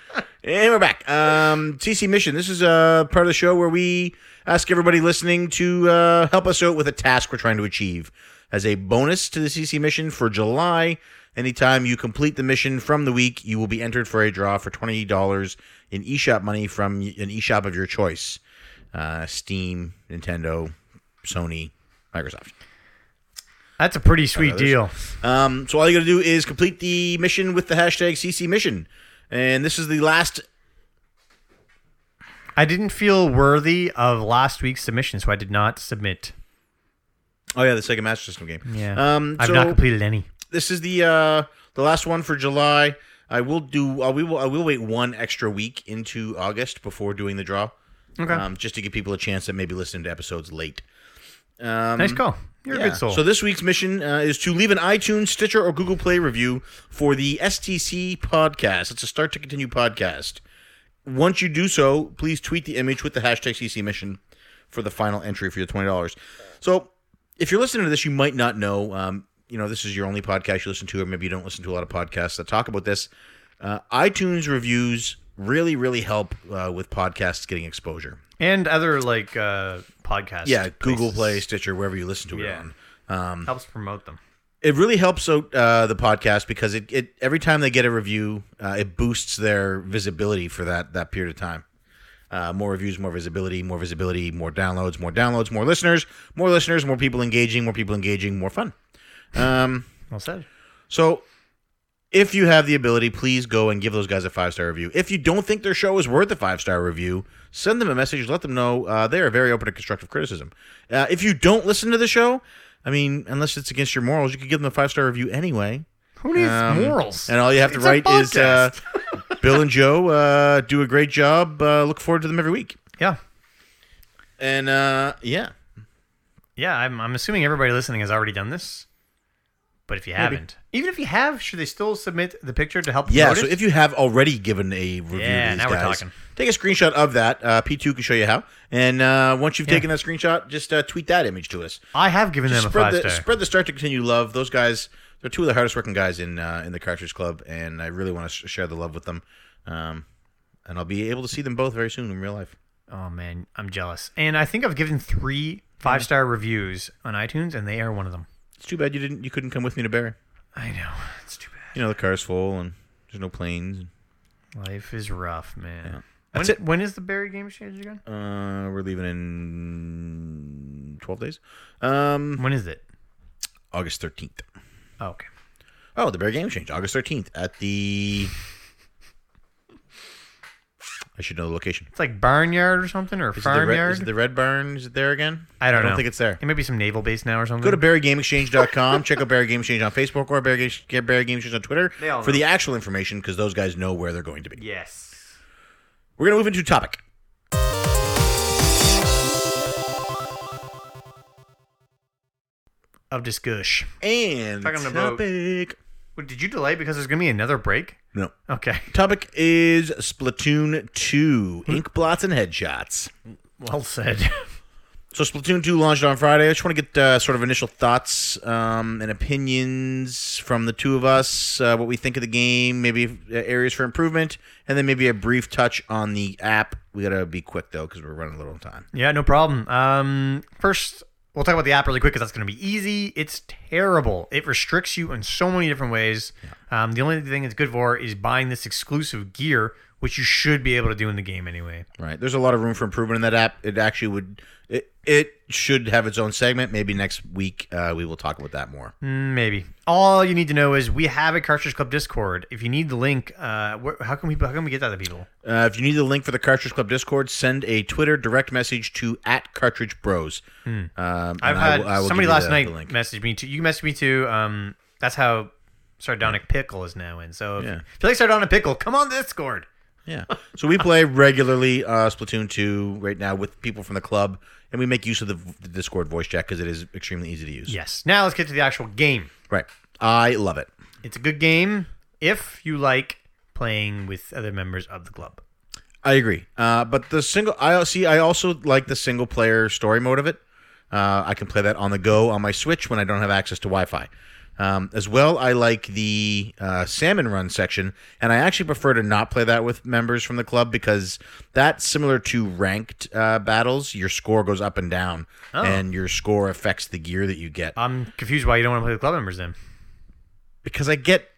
S2: And we're back. Um, TC Mission. This is uh, part of the show where we ask everybody listening to uh, help us out with a task we're trying to achieve. As a bonus to the CC Mission for July, anytime you complete the mission from the week, you will be entered for a draw for twenty dollars in eShop money from an eShop of your choice: uh, Steam, Nintendo, Sony, Microsoft.
S3: That's a pretty sweet deal.
S2: Um, so all you got to do is complete the mission with the hashtag CC Mission, and this is the last
S3: I didn't feel worthy of last week's submission, so I did not submit.
S2: Oh yeah, the Sega Master System game.
S3: Yeah.
S2: Um,
S3: I've
S2: so
S3: not completed any.
S2: this is the uh, the last one for July. I will do. Uh, we will. I will wait one extra week into August before doing the draw.
S3: Okay.
S2: Um, just to give people a chance that maybe listen to episodes late.
S3: nice call. You're a
S2: um, Yeah.
S3: good soul.
S2: So this week's mission uh, is to leave an iTunes, Stitcher, or Google Play review for the STC podcast. It's a start to continue podcast. Once you do so, please tweet the image with the hashtag CC mission for the final entry for your twenty dollars. So if you're listening to this, you might not know. Um, you know, this is your only podcast you listen to, or maybe you don't listen to a lot of podcasts that talk about this. Uh, iTunes reviews really, really help uh, with podcasts getting exposure.
S3: and other like uh, podcasts.
S2: Yeah, Google
S3: places.
S2: Play, Stitcher, wherever you listen to it
S3: Yeah.
S2: on.
S3: helps promote them.
S2: it really helps out uh, the podcast because it, it every time they get a review, uh, it boosts their visibility for that that period of time. Uh, more reviews, more visibility, more visibility, more downloads, more downloads, more listeners, more listeners, more people engaging, more people engaging, more fun.
S3: Well said.
S2: So, if you have the ability, please go and give those guys a five star review. If you don't think their show is worth a five star review, send them a message. Let them know uh, they are very open to constructive criticism. Uh, if you don't listen to the show, I mean, unless it's against your morals, you could give them a five star review anyway.
S3: Who needs
S2: Um,
S3: morals?
S2: And all you have to
S3: It's a
S2: write is uh,
S3: podcast.
S2: Bill and Joe uh, do a great job. Uh, look forward to them every week.
S3: yeah,
S2: And uh, yeah,
S3: yeah. I'm, I'm assuming everybody listening has already done this, but if you haven't, even if you have, should they still submit the picture to help?
S2: yeah.
S3: promote
S2: So
S3: it?
S2: if you have already given a review,
S3: Yeah,
S2: to these
S3: now we're
S2: guys,
S3: talking.
S2: Take a screenshot of that. Uh, P2 can show you how. And uh, once you've taken that screenshot, just uh, tweet that image to us.
S3: I have given them a
S2: spread
S3: five
S2: the
S3: star.
S2: spread the start to continue love. Those guys, they're two of the hardest working guys in uh, in the Cartridge Club, and I really want to sh- share the love with them. Um, and I'll be able to see them both very soon in real life.
S3: oh man, I'm jealous. And I think I've given three five star reviews on iTunes, and they are one of them.
S2: It's too bad you didn't you couldn't come with me to Barry.
S3: I know it's too bad.
S2: You know the car's full and there's no planes.
S3: Life is rough, man.
S2: That's
S3: When,
S2: it.
S3: when is the Barry Game Exchange again?
S2: Uh, we're leaving in twelve days. Um,
S3: When is it?
S2: August thirteenth.
S3: Oh, okay.
S2: Oh, the Bear Game Change, August thirteenth at the. I should know the location.
S3: It's like barnyard or something, or
S2: Is it, the red,
S3: farmyard.
S2: is it the Red Barn? Is it there again?
S3: I don't
S2: I don't
S3: know.
S2: think it's there.
S3: It might be some naval base now or something.
S2: Go to BarryGameExchange.com. check out Barry Game Exchange on Facebook or Barry, Ga- get Barry Game Exchange on Twitter
S3: They all
S2: for the actual information because those guys know where they're going to be.
S3: yes.
S2: We're going to move into topic.
S3: Of discuss.
S2: And
S3: Talking about-
S2: topic.
S3: Wait, did you delay because there's gonna be another break?
S2: No.
S3: Okay.
S2: Topic is Splatoon 2 Ink Blots and Headshots.
S3: Well said.
S2: So Splatoon 2 launched on Friday. I just want to get uh, sort of initial thoughts um, and opinions from the two of us, uh, what we think of the game, maybe uh, areas for improvement, and then maybe a brief touch on the app. We got to be quick though because we're running a little on time.
S3: yeah, no problem. Um, first, we'll talk about the app really quick because that's gonna be easy. It's terrible. It restricts you in so many different ways. Um, the only thing it's good for is buying this exclusive gear, which you should be able to do in the game anyway.
S2: Right. There's a lot of room for improvement in that app. It actually would it, it should have its own segment. Maybe next week uh, we will talk about that more.
S3: Mm, Maybe. All you need to know is we have a Cartridge Club Discord. If you need the link, uh, wh- how can we how can we get that to people?
S2: Uh, if you need the link for the Cartridge Club Discord, send a Twitter direct message to at Cartridge Bros. Um, and
S3: Hmm. I've
S2: I
S3: had
S2: will- I will
S3: somebody
S2: give you
S3: last
S2: the-
S3: night
S2: the link.
S3: messaged me too. You messaged me too. Um, that's how Sardonic Pickle is now in. So if,
S2: Yeah.
S3: if you like Sardonic Pickle, come on Discord.
S2: Yeah. So we play regularly uh, Splatoon 2 right now with people from the club, and we make use of the, the Discord voice chat because it is extremely easy to use.
S3: Yes. Now let's get to the actual game.
S2: Right. I love it.
S3: It's a good game if you like playing with other members of the club.
S2: I agree. Uh, but the single, I see. I also like the single player story mode of it. Uh, I can play that on the go on my Switch when I don't have access to Wi-Fi. Um, as well, I like the uh, salmon run section, and I actually prefer to not play that with members from the club because that's similar to ranked uh, battles. Your score goes up and down,
S3: Oh.
S2: and your score affects the gear that you get.
S3: I'm confused why you don't want to play the club members then.
S2: because I get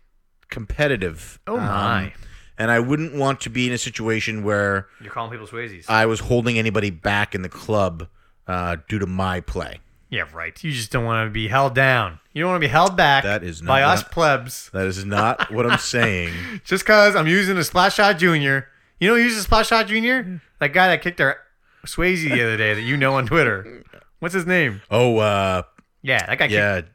S2: competitive.
S3: Oh,
S2: um,
S3: my.
S2: and I wouldn't want to be in a situation where
S3: You're calling people Swayzes.
S2: I was holding anybody back in the club uh, due to my play.
S3: yeah, right. You just don't want to be held down. You don't want to be held back
S2: That is not
S3: by us
S2: what-
S3: plebs.
S2: That is not what I'm saying.
S3: Just because I'm using a Splash Shot Junior. You know who uses Splash Shot Junior? That guy that kicked our Swayze the other day that you know on Twitter. What's his name?
S2: Oh, uh,
S3: Yeah, that guy kicked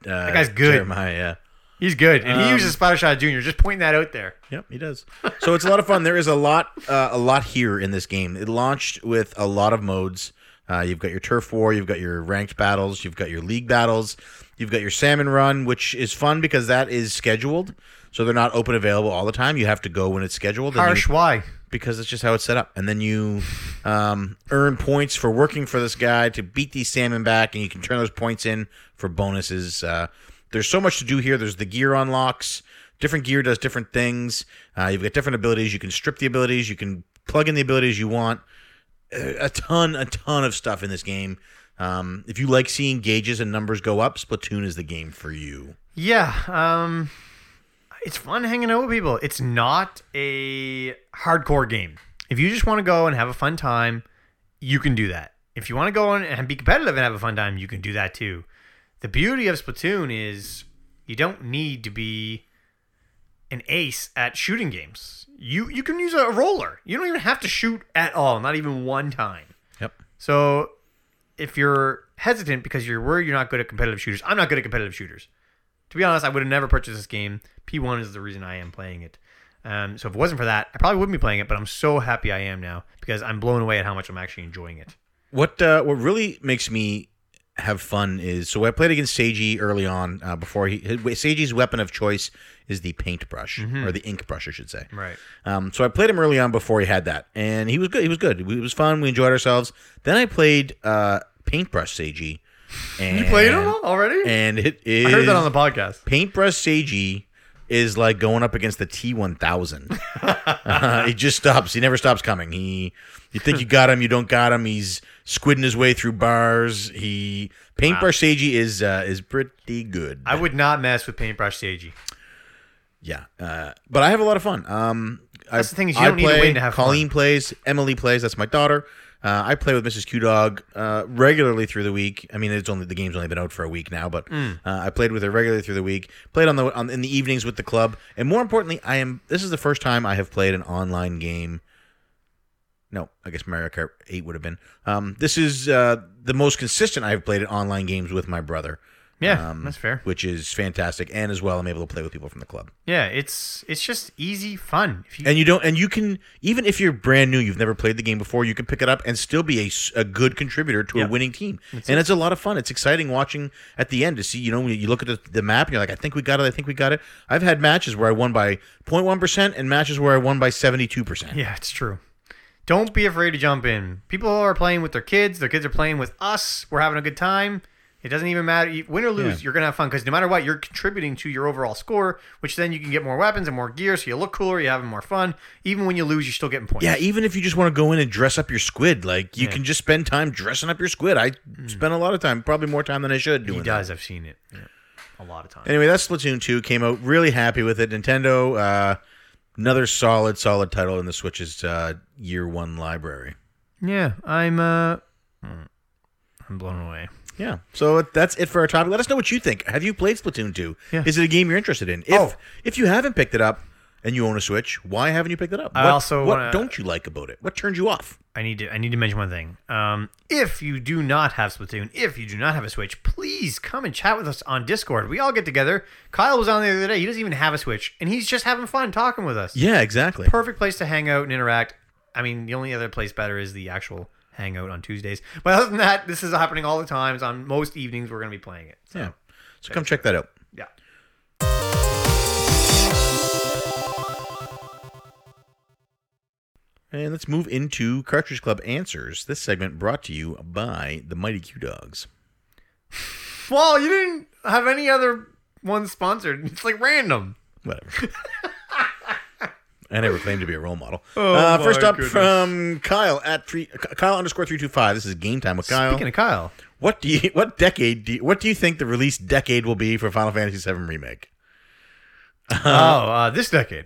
S2: yeah. Uh, that
S3: guy's good.
S2: Jeremiah, yeah.
S3: He's good, and he
S2: Um,
S3: uses Spider Shot Junior. Just pointing that out there.
S2: Yep, he does. So it's a lot of fun. There is a lot, uh, a lot here in this game. It launched with a lot of modes. Uh, you've got your turf war, you've got your ranked battles, you've got your league battles, you've got your salmon run, which is fun because that is scheduled. So they're not open available all the time. You have to go when it's scheduled. and then
S3: Harsh.
S2: you-
S3: Why?
S2: because that's just how it's set up. And then you um, earn points for working for this guy to beat these salmon back, and you can turn those points in for bonuses. Uh, there's so much to do here. There's the gear unlocks. Different gear does different things. Uh, you've got different abilities. You can strip the abilities. You can plug in the abilities you want. A a ton, a ton of stuff in this game. Um, if you like seeing gauges and numbers go up, Splatoon is the game for you.
S3: Yeah. Um, it's fun hanging out with people. It's not a hardcore game. If you just want to go and have a fun time, you can do that. If you want to go on and be competitive and have a fun time, you can do that too. The beauty of Splatoon is you don't need to be an ace at shooting games. You you can use a roller. You don't even have to shoot at all, not even one time.
S2: Yep.
S3: So if you're hesitant because you're worried you're not good at competitive shooters, I'm not good at competitive shooters. To be honest, I would have never purchased this game. P1 is the reason I am playing it. Um, so if it wasn't for that, I probably wouldn't be playing it. But I'm so happy I am now because I'm blown away at how much I'm actually enjoying it.
S2: What uh, what really makes me have fun is so I played against Seiji early on uh, before he his, Seiji's weapon of choice is the paintbrush
S3: Mm-hmm.
S2: or the ink brush I should say.
S3: Right.
S2: Um, so I played him early on before he had that, and he was good. He was good. It was fun. We enjoyed ourselves. Then I played uh, paintbrush Seiji. And,
S3: You played them already?
S2: And it is
S3: I heard that on the podcast.
S2: paintbrush Seiji is like going up against the T1000. uh, he just stops. He never stops coming. He you think you got him, you don't got him. He's squidding his way through bars. He paintbrush Seiji is uh, is pretty good.
S3: I would not mess with Paintbrush Seiji.
S2: yeah. Uh, but I have a lot of fun. Um
S3: That's the thing is you
S2: I
S3: don't need to
S2: play,
S3: win to have
S2: Colleen
S3: fun.
S2: plays, Emily plays, that's my daughter. Uh, I play with Mrs. Q Dog uh, regularly through the week. I mean, it's only the game's only been out for a week now, but
S3: Hmm.
S2: uh, I played with her regularly through the week. Played on the on, in the evenings with the club, and more importantly, I am. This is the first time I have played an online game. No, I guess Mario Kart Eight would have been. Um, this is uh, the most consistent I have played at online games with my brother. um,
S3: Yeah, that's fair.
S2: Which is fantastic, and as well, I'm able to play with people from the club.
S3: Yeah, it's it's just easy fun. If you,
S2: And you don't, and you can even if you're brand new, you've never played the game before, you can pick it up and still be a, s- a good contributor to
S3: Yep.
S2: a winning team. and it's a lot of fun. It's exciting watching at the end to see. You know, when you look at the, the map and you're like, I think we got it. I think we got it. I've had matches where I won by 0.1 percent and matches where I won by 72 percent.
S3: yeah, it's true. Don't be afraid to jump in. People are playing with their kids. Their kids are playing with us. We're having a good time. It doesn't even matter. You- Win or lose, you're going to have fun because no matter what, you're contributing to your overall score, which then you can get more weapons and more gear. So you look cooler. You're having more fun. Even when you lose, you're still getting points.
S2: Yeah, even if you just want to go in and dress up your squid, like you can just spend time dressing up your squid. I spend a lot of time, probably more time than I should doing
S3: he
S2: that.
S3: does. I've seen it a lot of times.
S2: Anyway, that's Splatoon 2. Came out really happy with it. Nintendo, uh, another solid, solid title in the Switch's uh, year one library.
S3: Yeah, I'm. uh I'm blown away.
S2: Yeah. So that's it for our topic. Let us know what you think. Have you played Splatoon 2?
S3: Yeah.
S2: Is it a game you're interested in? If,
S3: Oh.
S2: if you haven't picked it up and you own a Switch, why haven't you picked it up?
S3: I
S2: what,
S3: also
S2: what
S3: wanna-
S2: don't you like about it? What turned you off?
S3: I need to I need to mention one thing. Um, if you do not have Splatoon, if you do not have a Switch, please come and chat with us on Discord. We all get together. Kyle was on the other day. He doesn't even have a Switch, and he's just having fun talking with us.
S2: Yeah, exactly.
S3: Perfect place to hang out and interact. I mean, the only other place better is the actual hangout on Tuesdays. But other than that, this is happening all the time. It's on most evenings we're going to be playing it. So,
S2: yeah. So come check that out.
S3: yeah.
S2: And let's move into Cartridge Club Answers. This segment brought to you by the Mighty Q Dogs.
S3: Well, you didn't have any other one sponsored. It's like random.
S2: Whatever. I never claimed to be a role model.
S3: Oh,
S2: uh,
S3: my
S2: first up
S3: goodness.
S2: from Kyle at three, Kyle underscore three two five. This is game time with Kyle.
S3: Speaking of Kyle,
S2: what do you what decade do you, what do you think the release decade will be for Final Fantasy VII remake?
S3: oh, uh, this decade.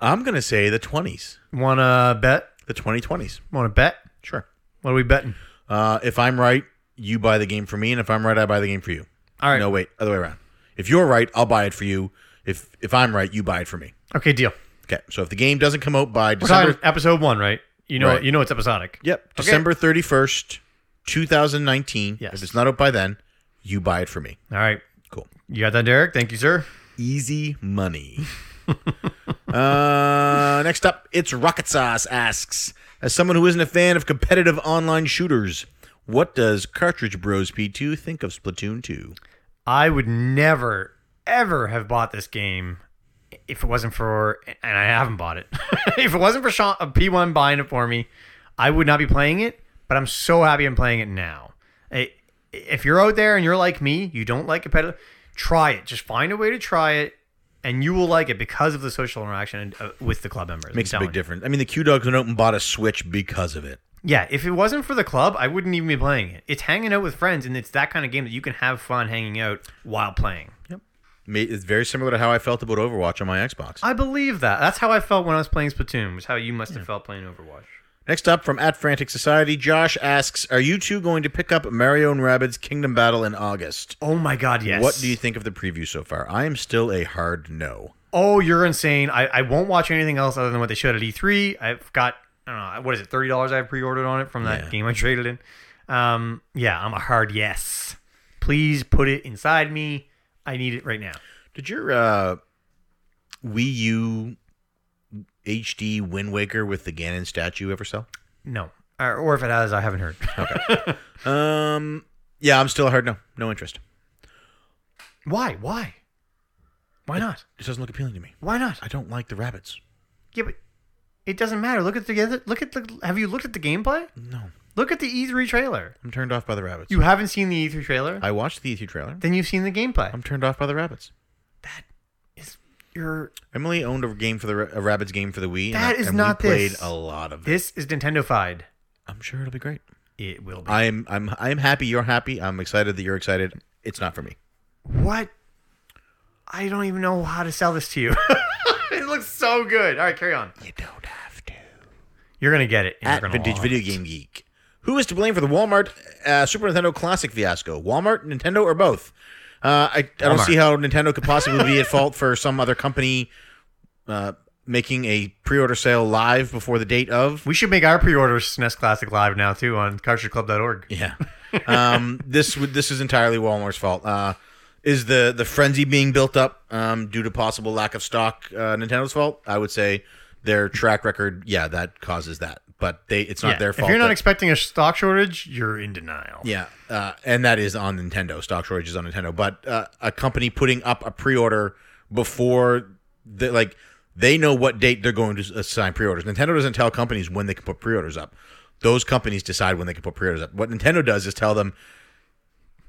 S2: I'm gonna say the twenties,
S3: Wanna bet?
S2: the 2020s.
S3: Wanna bet?
S2: Sure.
S3: What are we betting?
S2: Uh, if I'm right, you buy the game for me, and if I'm right, I buy the game for you.
S3: All right.
S2: No, wait, other way around. If you're right, I'll buy it for you. If if I'm right, you buy it for me.
S3: Okay, deal.
S2: Okay. So if the game doesn't come out by
S3: We're
S2: December,
S3: talking episode one, right? You know,
S2: Right.
S3: you know it's episodic.
S2: yep, December 31st, 2019.
S3: Yes.
S2: If it's not out by then, you buy it for me.
S3: All right,
S2: Cool.
S3: you got that, Derek? Thank you, sir.
S2: Easy money. uh, next up, it's Rocket Sauce asks, as someone who isn't a fan of competitive online shooters, what does Cartridge Bros P2 think of Splatoon 2?
S3: I would never, ever have bought this game if it wasn't for, and I haven't bought it. if it wasn't for Sean, uh, P1 buying it for me, I would not be playing it. But I'm so happy I'm playing it now. I- if you're out there and you're like me, you don't like competitive, try it. Just find a way to try it, and you will like it because of the social interaction uh, with the club members. I'm
S2: Makes a
S3: telling
S2: big
S3: you.
S2: difference. I mean, the Q Dogs went out and bought a Switch because of it.
S3: Yeah, if it wasn't for the club, I wouldn't even be playing it. It's hanging out with friends, and it's that kind of game that you can have fun hanging out while playing.
S2: Ma- It's very similar to how I felt about Overwatch on my Xbox.
S3: I believe that. That's how I felt when I was playing Splatoon. Was how you must have felt playing Overwatch.
S2: Next up from at Frantic Society, Josh asks, "Are you two going to pick up Mario and Rabbids Kingdom Battle in August?
S3: Oh my God! Yes.
S2: What do you think of the preview so far? I am still a hard no.
S3: oh, you're insane! I, I won't watch anything else other than what they showed at E3. I've got I don't know what is it thirty dollars I pre-ordered on it from that
S2: Yeah.
S3: game I traded in. Um, yeah, I'm a hard yes. Please put it inside me. I need it right now.
S2: Did your uh, Wii U HD Wind Waker with the Ganon statue ever sell?
S3: No, or, or if it has, I haven't heard.
S2: Um, yeah, I'm still a hard no. No interest.
S3: Why? Why? Why not?
S2: It doesn't look appealing to me.
S3: Why not?
S2: I don't like the rabbits.
S3: Yeah, but it doesn't matter. Look at the other. Look at the. Have you looked at the gameplay?
S2: No,
S3: Look at the E3 trailer.
S2: I'm turned off by the rabbits.
S3: You haven't seen the E3 trailer?
S2: I watched the E3 trailer.
S3: then you've seen the gameplay.
S2: I'm turned off by the rabbits.
S3: that is your.
S2: Emily owned a game for the Ra- a rabbits game for the Wii.
S3: That
S2: and, I-
S3: is
S2: and
S3: not
S2: we played
S3: this.
S2: a lot of it.
S3: This is Nintendofied.
S2: I'm sure it'll be great.
S3: It will be.
S2: I'm I'm I'm happy you're happy. I'm excited that you're excited. It's not for me.
S3: what? I don't even know how to sell this to you. it looks so good. All right, carry on.
S2: You don't have to.
S3: You're gonna get it. and
S2: At
S3: you're gonna
S2: Vintage
S3: love
S2: Video
S3: it.
S2: Game Geek. Who is to blame for the Walmart uh, Super Nintendo Classic fiasco? Walmart, Nintendo, or both? Uh, I, I don't
S3: Walmart.
S2: see how Nintendo could possibly be at fault for some other company uh, making a pre-order sale live before the date of.
S3: We should make our pre-orders SNES Classic Live now too on cartridgeclub.org.
S2: Yeah. Um, this would this is entirely Walmart's fault. Uh, is the the frenzy being built up um, due to possible lack of stock uh, Nintendo's fault? I would say their track record, yeah, that causes that. But they it's not
S3: Yeah.
S2: their fault.
S3: If you're not
S2: that-
S3: expecting a stock shortage, you're in denial.
S2: yeah, uh, and that is on Nintendo. Stock shortage is on Nintendo, but uh, a company putting up a pre-order before the like they know what date they're going to assign pre-orders. Nintendo doesn't tell companies when they can put pre-orders up. Those companies decide when they can put pre-orders up. What Nintendo does is tell them,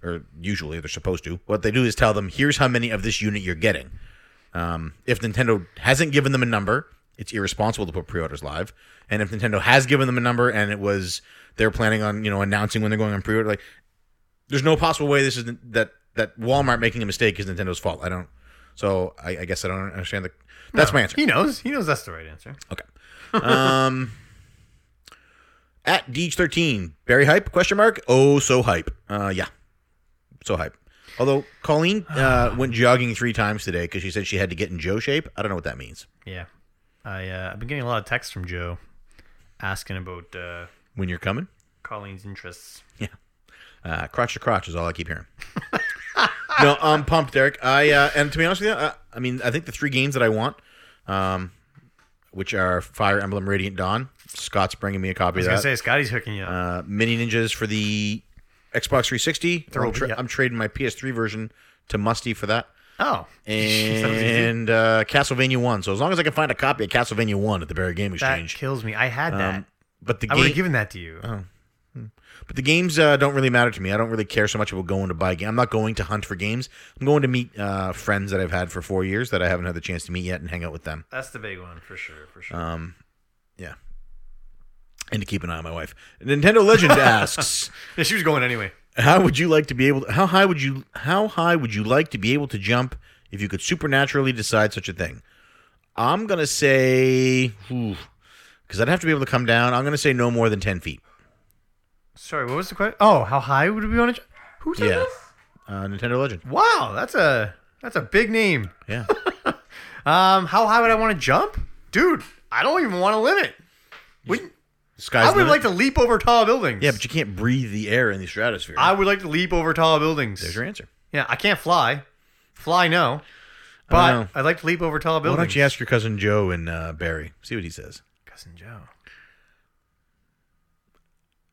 S2: or usually they're supposed to. What they do is tell them, here's how many of this unit you're getting. Um, if Nintendo hasn't given them a number, it's irresponsible to put pre-orders live. And if Nintendo has given them a number and it was they're planning on you know announcing when they're going on pre-order, like there's no possible way this is that that Walmart making a mistake is Nintendo's fault. I don't. So I, I guess I don't understand the. That's my answer.
S3: He knows. He knows that's the right answer.
S2: Okay. Um. At Deej thirteen, very hype? Question mark. Oh, so hype. Uh, yeah, so hype. Although Colleen uh, went jogging three times today because she said she had to get in Joe shape. I don't know what that means.
S3: Yeah, I uh, I've been getting a lot of texts from Joe asking about uh,
S2: When you're coming,
S3: Colleen's interests.
S2: yeah. Uh, crotch to crotch is all I keep hearing. no, I'm pumped, Derek. I uh, and to be honest with you, I, I mean, I think the three games that I want, um, which are Fire Emblem Radiant Dawn. Scott's bringing me a copy
S3: I
S2: of
S3: was
S2: that.
S3: gonna say Scotty's hooking you up.
S2: uh, mini ninjas for the Xbox 360.
S3: Throw-
S2: I'm, tra-
S3: yeah.
S2: I'm trading my PS3 version to Musty for that.
S3: oh, Sounds easy.
S2: And uh, Castlevania 1. So as long as I can find a copy of Castlevania 1 at the Barry Game
S3: that
S2: Exchange.
S3: kills me. I had that.
S2: Um, but the
S3: I would
S2: game.
S3: have given that to you. Oh,
S2: But the games uh, don't really matter to me. I don't really care so much about going to buy game. I'm not going to hunt for games. I'm going to meet uh, friends that I've had for four years that I haven't had the chance to meet yet and hang out with them.
S3: That's the big one for sure. For sure.
S2: Um, yeah. And to keep an eye on my wife. Nintendo Legend asks,
S3: yeah, she was going anyway.
S2: "How would you like to be able? To, how high would you? How high would you like to be able to jump if you could supernaturally decide such a thing?" I'm gonna say, because I'd have to be able to come down. I'm gonna say no more than ten feet.
S3: Sorry, what was the question? Oh, how high would we want to? Who said
S2: Yeah.
S3: this?
S2: Uh, Nintendo Legend.
S3: Wow, that's a that's a big name.
S2: Yeah.
S3: Um, how high would I want to jump, dude? I don't even want to limit. Wouldn't-
S2: Sky's
S3: I would
S2: limit.
S3: like to leap over tall buildings.
S2: Yeah, but you can't breathe the air in the stratosphere.
S3: I would like to leap over tall buildings.
S2: There's your answer.
S3: Yeah, I can't fly. Fly, no.
S2: I
S3: But
S2: don't know.
S3: I'd like to leap over tall
S2: Why
S3: buildings.
S2: don't you ask your cousin Joe and uh, Barry? See what he says.
S3: Cousin Joe?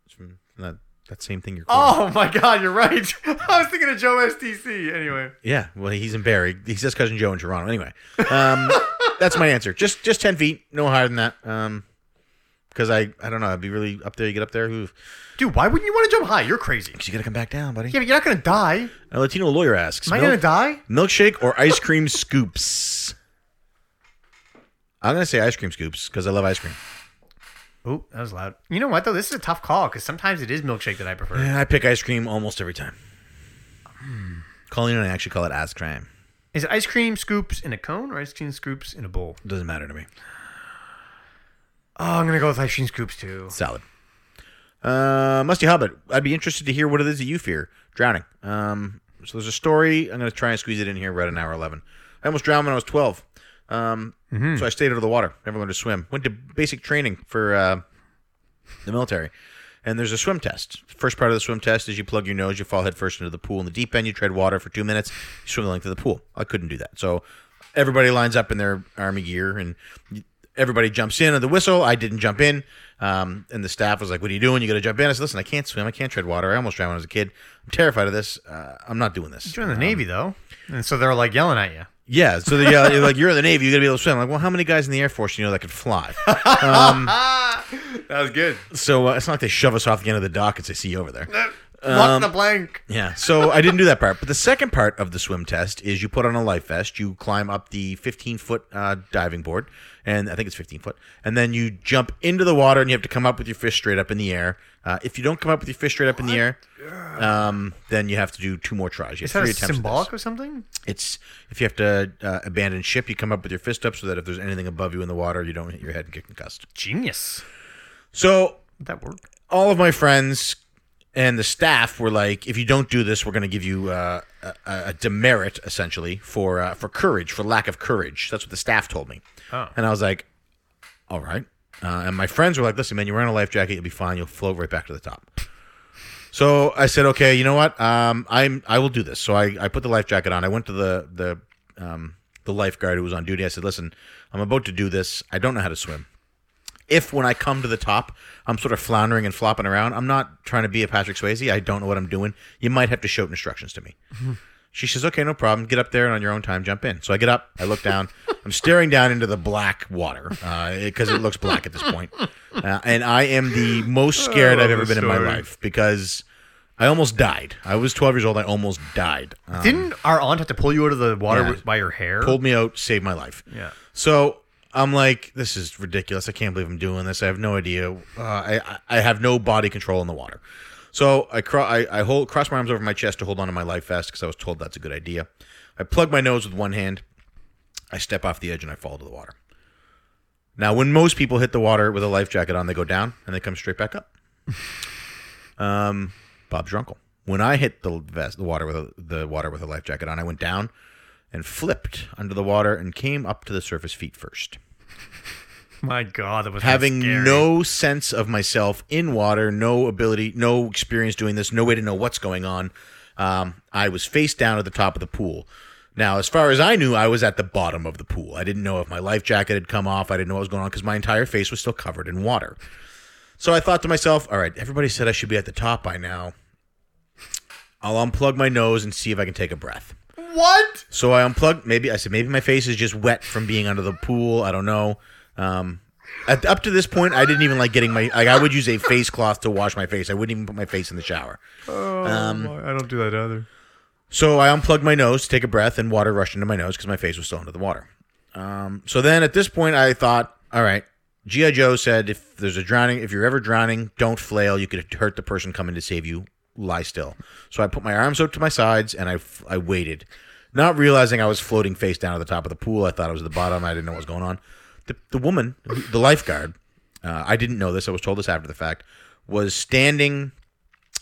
S2: It's from that, that same thing you're. quoting.
S3: Oh my God, you're right. I was thinking of Joe STC. Anyway,
S2: Yeah, well, he's in Barry. He says cousin Joe in Toronto. Anyway, um, that's my answer. Just just ten feet, no higher than that. Um, because I I don't know. I'd be really up there. You get up there, oof,
S3: dude, why wouldn't you want to jump high? You're crazy.
S2: 'cause you gotta come back down, buddy.
S3: Yeah, but you're not gonna die.
S2: A Latino lawyer asks,
S3: Am I
S2: "Milk-
S3: gonna die?
S2: milkshake or ice cream scoops? I'm gonna say ice cream scoops because I love ice cream.
S3: Oh, that was loud. You know what though? This is a tough call because sometimes it is milkshake that I prefer.
S2: Yeah, I pick ice cream almost every time. Colleen and I actually call it ass crime.
S3: Is it ice cream scoops in a cone or ice cream scoops in a bowl?
S2: Doesn't matter to me.
S3: Oh, I'm gonna go with ice cream scoops too.
S2: Salad. Uh, Musty Hobbit, I'd be interested to hear what it is that you fear drowning. Um, so there's a story. I'm going to try and squeeze it in here. We're at an hour 11. I almost drowned when I was 12. Um, So I stayed out of the water, never learned to swim. Went to basic training for uh, the military. And there's a swim test. First part of the swim test is you plug your nose, you fall headfirst into the pool in the deep end, you tread water for two minutes, you swim the length of the pool. I couldn't do that. So everybody lines up in their army gear and everybody jumps in at the whistle. I didn't jump in. Um, and the staff was like, What are you doing? You got to jump in. I said, Listen, I can't swim. I can't tread water. I almost drowned when I was a kid. I'm terrified of this. Uh, I'm not doing this.
S3: You joined the Navy though, and so they're like yelling at you.
S2: Yeah, so they uh, like you're in the Navy, you gotta be able to swim. like, well, how many guys in the Air Force do you know that could fly?
S3: Ah, that was good.
S2: so uh, it's not like they shove us off the end of the dock and say, "See you over there."
S3: Lock the blank.
S2: Yeah, so I didn't do that part. But the second part of the swim test is you put on a life vest, you climb up the 15 foot uh, diving board, and I think it's 15 foot, and then you jump into the water and you have to come up with your fish straight up in the air. Uh, if you don't come up with your fish straight up in the air, um, then you have to do two more tries. You
S3: Is
S2: have
S3: that
S2: three
S3: a
S2: attempts at this.
S3: symbolic or something?
S2: It's if you have to uh, abandon ship, you come up with your fist up so that if there's anything above you in the water, you don't hit your head and get concussed.
S3: Genius.
S2: So
S3: Would that work?
S2: all of my friends and the staff were like, "If you don't do this, we're going to give you uh, a, a demerit, essentially for uh, for courage, for lack of courage." That's what the staff told me,
S3: Oh.
S2: and I was like, "All right." Uh, and my friends were like, "Listen, man, you're wearing a life jacket. You'll be fine. You'll float right back to the top." So I said, okay, you know what? Um, I'm I will do this. So I, I put the life jacket on. I went to the the um, the lifeguard who was on duty. I said, listen, I'm about to do this. I don't know how to swim. If when I come to the top, I'm sort of floundering and flopping around. I'm not trying to be a Patrick Swayze. I don't know what I'm doing. You might have to shout instructions to me. She says, okay, no problem. Get up there and on your own time, jump in. So I get up, I look down. I'm staring down into the black water because it looks black at this point. Uh, and I am the most scared I've
S3: love
S2: ever
S3: this
S2: been in my
S3: story.
S2: life because I almost died. I was 12 years old. I almost died. Uh,
S3: Didn't our aunt have to pull you out of the water
S2: Yeah.
S3: with- by your hair?
S2: pulled me out, saved my life.
S3: Yeah.
S2: So I'm like, this is ridiculous. I can't believe I'm doing this. I have no idea. Uh, I I I have no body control in the water. So I cro- I, I hold cross my arms over my chest to hold onto my life vest because I was told that's a good idea. I plug my nose with one hand. I step off the edge and I fall to the water. Now, when most people hit the water with a life jacket on, they go down and they come straight back up. um, Bob's your uncle. When I hit the vest, the water with a, the water with a life jacket on, I went down and flipped under the water and came up to the surface feet first.
S3: My God, that was
S2: Having
S3: scary.
S2: no sense of myself in water, no ability, no experience doing this, no way to know what's going on, um, I was face down at the top of the pool. Now, as far as I knew, I was at the bottom of the pool. I didn't know if my life jacket had come off. I didn't know what was going on because my entire face was still covered in water. So I thought to myself, all right, everybody said I should be at the top by now. I'll unplug my nose and see if I can take a breath.
S3: What?
S2: So I unplugged. Maybe I said maybe my face is just wet from being under the pool. I don't know. Um, At, up to this point, I didn't even like getting my. Like, I would use a face cloth to wash my face. I wouldn't even put my face in the shower. Um,
S3: Oh, I don't do that either.
S2: So I unplugged my nose, take a breath, and water rushed into my nose because my face was still under the water. Um, so then at this point, I thought, all right, G.I. Joe said if there's a drowning, if you're ever drowning, don't flail. You could hurt the person coming to save you. Lie still. So I put my arms out to my sides and I, f- I waited, not realizing I was floating face down at the top of the pool. I thought I was at the bottom. I didn't know what was going on. The, the woman, the lifeguard, uh, I didn't know this. I was told this after the fact, was standing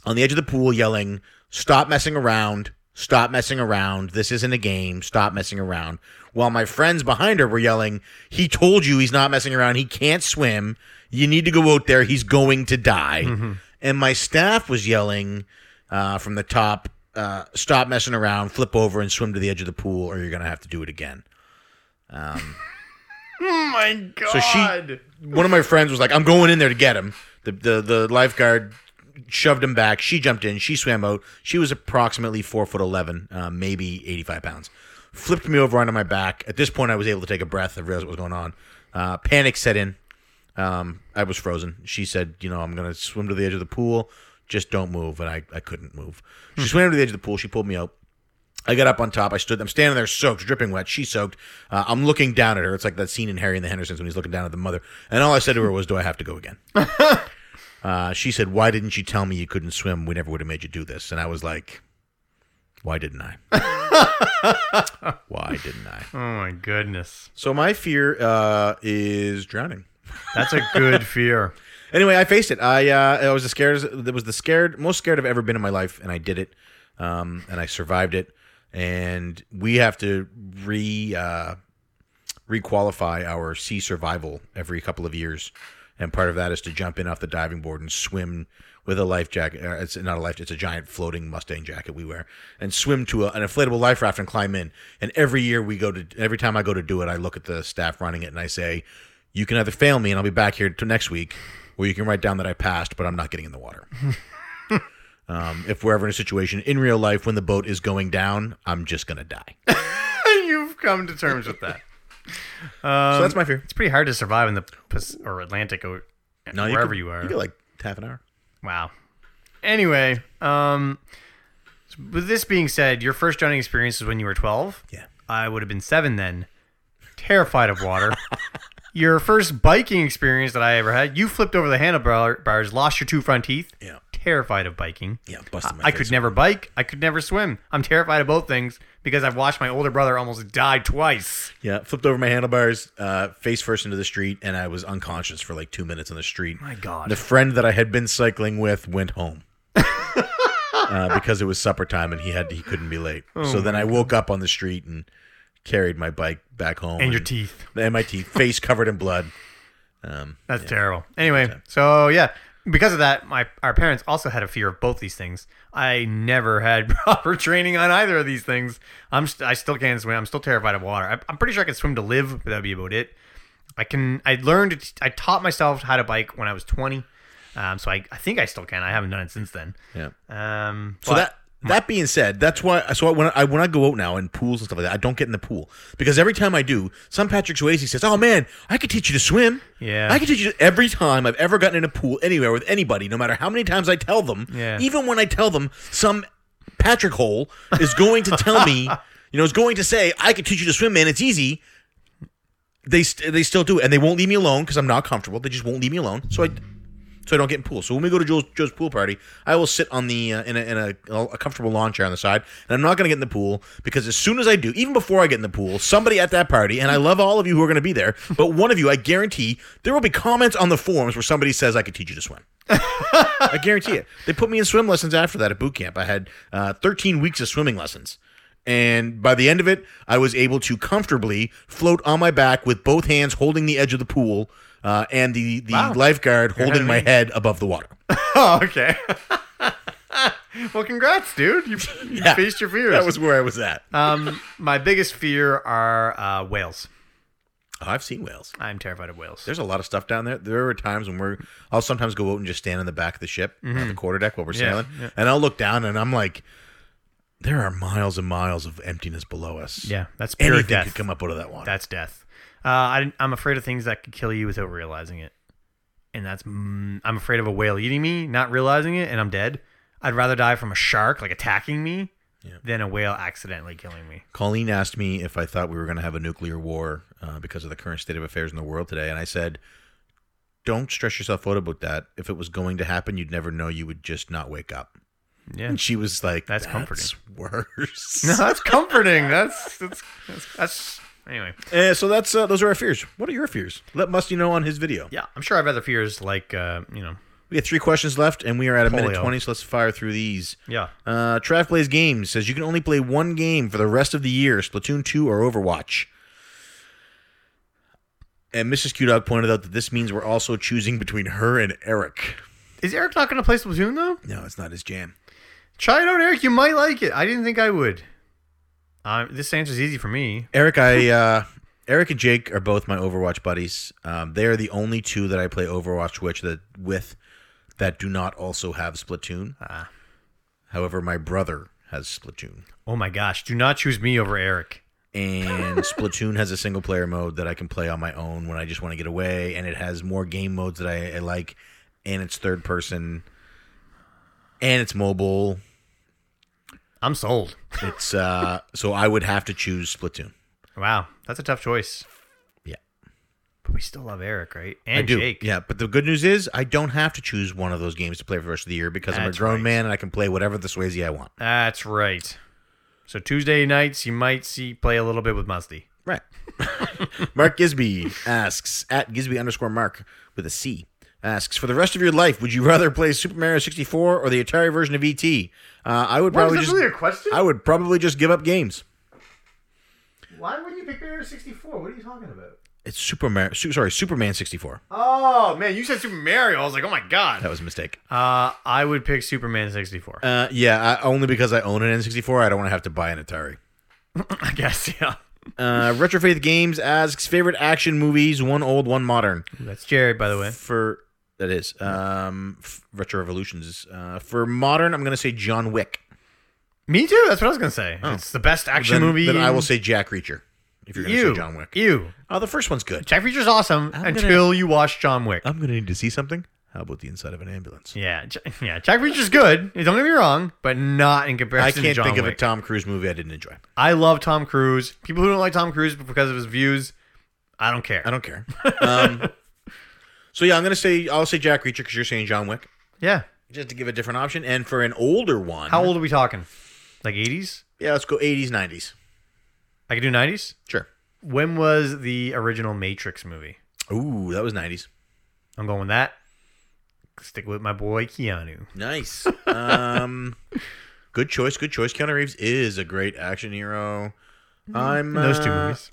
S2: on the edge of the pool yelling, Stop messing around. Stop messing around. This isn't a game. Stop messing around. While my friends behind her were yelling, He told you he's not messing around. He can't swim. You need to go out there. He's going to die. And my staff was yelling uh, from the top, uh, Stop messing around. Flip over and swim to the edge of the pool, or you're going to have to do it again.
S3: Oh my god.
S2: So she- one of my friends was like, "I'm going in there to get him." The the the lifeguard shoved him back. She jumped in. She swam out. She was approximately four foot eleven, uh, maybe eighty five pounds. Flipped me over onto my back. At this point, I was able to take a breath. I realized what was going on. Uh, panic set in. Um, I was frozen. She said, "You know, I'm gonna swim to the edge of the pool. Just don't move." And I I couldn't move. She swam to the edge of the pool. She pulled me out. I got up on top. I stood. I'm standing there, soaked, dripping wet. She soaked. Uh, I'm looking down at her. It's like that scene in Harry and the Hendersons when he's looking down at the mother. And all I said to her was, "Do I have to go again?" uh, she said, "Why didn't you tell me you couldn't swim? We never would have made you do this." And I was like, "Why didn't I? Why didn't I?"
S3: Oh my goodness.
S2: So my fear uh, is drowning.
S3: That's a good fear.
S2: Anyway, I faced it. I uh, I was the scared. That was the scared most scared I've ever been in my life, and I did it. Um, and I survived it. And we have to re uh, requalify our sea survival every couple of years, and part of that is to jump in off the diving board and swim with a life jacket. uh, It's not a life. It's a giant floating Mustang jacket we wear, and swim to a, an inflatable life raft and climb in. And every year we go to. Every time I go to do it, I look at the staff running it and I say, "You can either fail me, and I'll be back here to next week." Or you can write down that I passed, but I'm not getting in the water. Um, if we're ever in a situation in real life when the boat is going down, I'm just gonna die. So
S3: You've come to terms with that.
S2: that's my fear.
S3: It's pretty hard to survive in the Pas- or Atlantic or
S2: No, you
S3: wherever
S2: could-
S3: you are.
S2: you get like half an hour.
S3: Wow. Anyway, um, with this being said, your first drowning experience was when you were 12.
S2: Yeah.
S3: I would have been seven then. Terrified of water. your first biking experience that I ever had, you flipped over the handlebars, lost your two front teeth.
S2: Yeah.
S3: Terrified of biking.
S2: Yeah, busted my
S3: I could
S2: face.
S3: never bike. I could never swim. I'm terrified of both things because I've watched my older brother almost die twice.
S2: Yeah, flipped over my handlebars, uh, face first into the street, and I was unconscious for like two minutes on the street.
S3: My God.
S2: The friend that I had been cycling with went home uh, because it was supper time and he had he couldn't be late.
S3: Oh
S2: so then I woke up on the street and carried my bike back home.
S3: And your teeth.
S2: and my teeth, face covered in blood.
S3: That's terrible. Anyway, so yeah, because of that, my our parents also had a fear of both these things. I never had proper training on either of these things. I'm st- I still can't swim. I'm still terrified of water. I, I'm pretty sure I can swim to live, but that'd be about it. I can. I learned. I taught myself how to bike when I was 20. Um, so I, I think I still can. I haven't done it since then.
S2: Yeah.
S3: Um,
S2: So that that being said, that's why. So when I when I go out now in pools and stuff like that, I don't get in the pool because every time I do, some Patrick Swayze says, "Oh man, I could teach you to swim."
S3: Yeah.
S2: I could teach you. Every time I've ever gotten in a pool anywhere with anybody, no matter how many times I tell them,
S3: Yeah.
S2: even when I tell them, some Patrick hole is going to tell me, you know, is going to say, "I could teach you to swim, man. It's easy." They st- they still do it, and they won't leave me alone because I'm not comfortable. They just won't leave me alone. So I so I don't get in pool. So when we go to Joe's, Joe's pool party, I will sit on the uh, in, a, in a, a comfortable lawn chair on the side, and I'm not going to get in the pool because as soon as I do, even before I get in the pool, somebody at that party, and I love all of you who are going to be there, but one of you, I guarantee, there will be comments on the forums where somebody says I could teach you to swim. I guarantee it. They put me in swim lessons after that at boot camp. I had uh, 13 weeks of swimming lessons. And by the end of it, I was able to comfortably float on my back with both hands holding the edge of the pool uh, and the, the
S3: Wow.
S2: lifeguard holding
S3: of
S2: my
S3: me.
S2: head above the water.
S3: oh, okay. well, congrats, dude. You, you
S2: Yeah.
S3: faced your fears.
S2: That was where I was at.
S3: um, my biggest fear are uh, whales.
S2: Oh, I've seen whales.
S3: I'm terrified of whales.
S2: There's a lot of stuff down there. There are times when we're, I'll sometimes go out and just stand in the back of the ship on the quarter deck while we're
S3: Mm-hmm. Yeah,
S2: sailing, and I'll look down and I'm like, there are miles and miles of emptiness below us.
S3: Yeah, that's pure
S2: anything
S3: death.
S2: could come up out of that water.
S3: That's death. Uh, I, I'm afraid of things that could kill you without realizing it, and that's mm, I'm afraid of a whale eating me, not realizing it, and I'm dead. I'd rather die from a shark like attacking me than a whale accidentally killing me.
S2: Colleen asked me if I thought we were going to have a nuclear war uh, because of the current state of affairs in the world today, and I said, "Don't stress yourself out about that. If it was going to happen, you'd never know. You would just not wake up."
S3: Yeah,
S2: And she was like,
S3: That's
S2: "That's,
S3: comforting.
S2: worse."
S3: no, that's comforting. That's that's that's, that's anyway.
S2: Eh, so that's uh, those are our fears. What are your fears? Let Musty know on his video.
S3: Yeah, I'm sure I've other fears like uh, you know.
S2: We have three questions left, and we are at a minute
S3: Polio.
S2: twenty. So let's fire through these.
S3: Yeah.
S2: Uh, Trav plays games says you can only play one game for the rest of the year: Splatoon two or Overwatch. And Mrs. Q Dog pointed out that this means we're also choosing between her and Eric.
S3: Is Eric not going to play Splatoon though?
S2: No, it's not his jam.
S3: Try it out, Eric. You might like it. I didn't think I would. Um, this answer's easy for me.
S2: Eric, I uh, Eric and Jake are both my Overwatch buddies. Um, they are the only two that I play Overwatch which that with that do not also have Splatoon.
S3: Ah.
S2: However, my brother has Splatoon,
S3: Oh my gosh! Do not choose me over Eric.
S2: and Splatoon has a single player mode that I can play on my own when I just want to get away, and it has more game modes that I, I like, and it's third person, and it's mobile.
S3: I'm sold.
S2: It's uh, so I would have to choose Splatoon.
S3: Wow, that's a tough choice.
S2: Yeah.
S3: But we still love Eric, right? And
S2: I do.
S3: Jake.
S2: Yeah, but the good news is I don't have to choose one of those games to play for the rest of the year because I'm a
S3: That's
S2: grown
S3: right.
S2: man and I can play whatever the Swayze I want.
S3: That's right. So Tuesday nights you might see play a little bit with Musty.
S2: Right. Mark Gisby asks at Gisby underscore Mark with a C asks for the rest of your life would you rather play Super Mario 64 or the Atari version of ET? Uh, I would probably just
S3: question?
S2: I would probably just give up games.
S3: Why wouldn't you pick Mario 64? What are you talking about?
S2: It's Super Mario. Su- sorry, Superman 64.
S3: Oh man, you said Super Mario. I was like, oh my god.
S2: That was a mistake.
S3: Uh, I would pick Superman 64.
S2: Uh, yeah, I, only because I own an N64, I don't want to have to buy an Atari.
S3: I guess yeah.
S2: Uh, Retrofaith Games asks favorite action movies, one old, one modern.
S3: That's Jared, by the way.
S2: For that is um, f- Retro Revolutions. Uh, for modern, I'm gonna say John Wick.
S3: Me too. That's what I was gonna say. It's the best action
S2: Oh. Then,
S3: movie.
S2: then I will say Jack Reacher. If you're gonna
S3: you.
S2: say John Wick,
S3: You.
S2: oh, the first one's good.
S3: Jack Reacher's awesome
S2: I'm gonna-
S3: until you watch John Wick.
S2: I'm gonna need to see something. How about the inside of an ambulance?
S3: Yeah, J- yeah. Jack Reacher's good. Don't get me wrong, but not in comparison.
S2: I can't
S3: to John
S2: think of a
S3: Wick.
S2: Tom Cruise movie I didn't enjoy.
S3: I love Tom Cruise. People who don't like Tom Cruise because of his views, I don't care.
S2: I don't care. um, so yeah, I'm gonna say I'll say Jack Reacher because you're saying John Wick,
S3: yeah.
S2: just to give a different option. And for an older one,
S3: How old are we talking? Like 80s?
S2: Yeah, let's go 80s, 90s.
S3: I could do 90s.
S2: Sure.
S3: When was the original Matrix movie?
S2: Ooh, that was 90s.
S3: I'm going with that. Stick with my boy Keanu.
S2: Nice. um, good choice. Good choice. Keanu Reeves is a great action hero. I'm
S3: And those two
S2: uh,
S3: movies.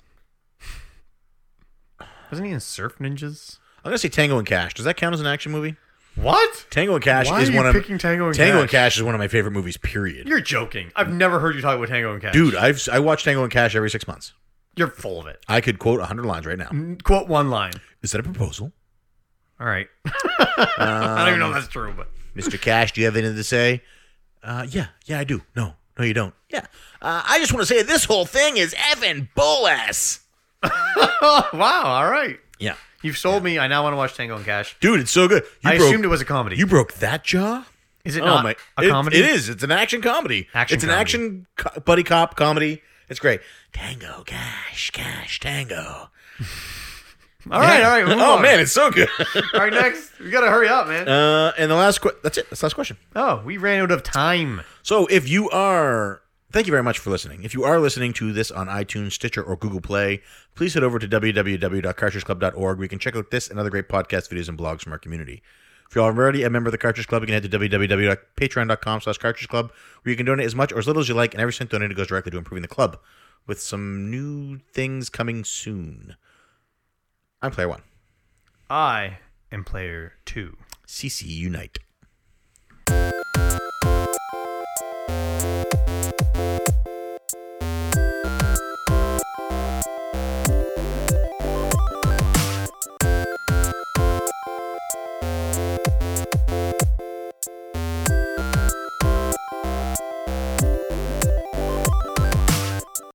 S3: Wasn't he in Surf Ninjas?
S2: I'm gonna say Tango and Cash. Does that count as an action movie?
S3: What?
S2: Tango and Cash
S3: Why
S2: is
S3: are you
S2: one of
S3: picking Tango and
S2: Tango
S3: Cash?
S2: and Cash is one of my favorite movies. Period.
S3: You're joking. I've never heard you talk about Tango and Cash.
S2: Dude, I've I watch Tango and Cash every six months.
S3: you're full of it.
S2: I could quote 100 lines right now.
S3: Mm, Quote one line.
S2: Is that a proposal,
S3: All right. I don't even know if
S2: Um,
S3: that's true, but
S2: Mr. Cash? Do you have anything to say? Uh, yeah, yeah, I do. No, no, you don't. Yeah, uh, I just want to say this whole thing is Evan Bolas.
S3: Oh, wow. All right.
S2: Yeah,
S3: You've sold me. I now want to watch Tango and Cash.
S2: dude, it's so good. You
S3: I
S2: broke-
S3: assumed it was a comedy.
S2: You broke that jaw? Uh,
S3: is it not a
S2: it-
S3: comedy?
S2: It is. It's an action comedy.
S3: Action
S2: it's an
S3: comedy.
S2: action co- buddy cop comedy. It's great. Tango, cash, cash, tango.
S3: All right, all right. move
S2: oh
S3: on.
S2: man, it's so good.
S3: All right, next. We gotta hurry up, man.
S2: uh, and the last question. That's it. That's the last question.
S3: oh, we ran out of time.
S2: So if you are, thank you very much for listening. If you are listening to this on iTunes, Stitcher, or Google Play, please head over to www.cartridgeclub.org where you can check out this and other great podcast videos and blogs from our community. If you're already a member of the Cartridge Club, you can head to www.patreon.com slash cartridge club where you can donate as much or as little as you like, and every cent donated goes directly to improving the club with some new things coming soon. I'm Player One.
S3: I am player two.
S2: CC E Unite.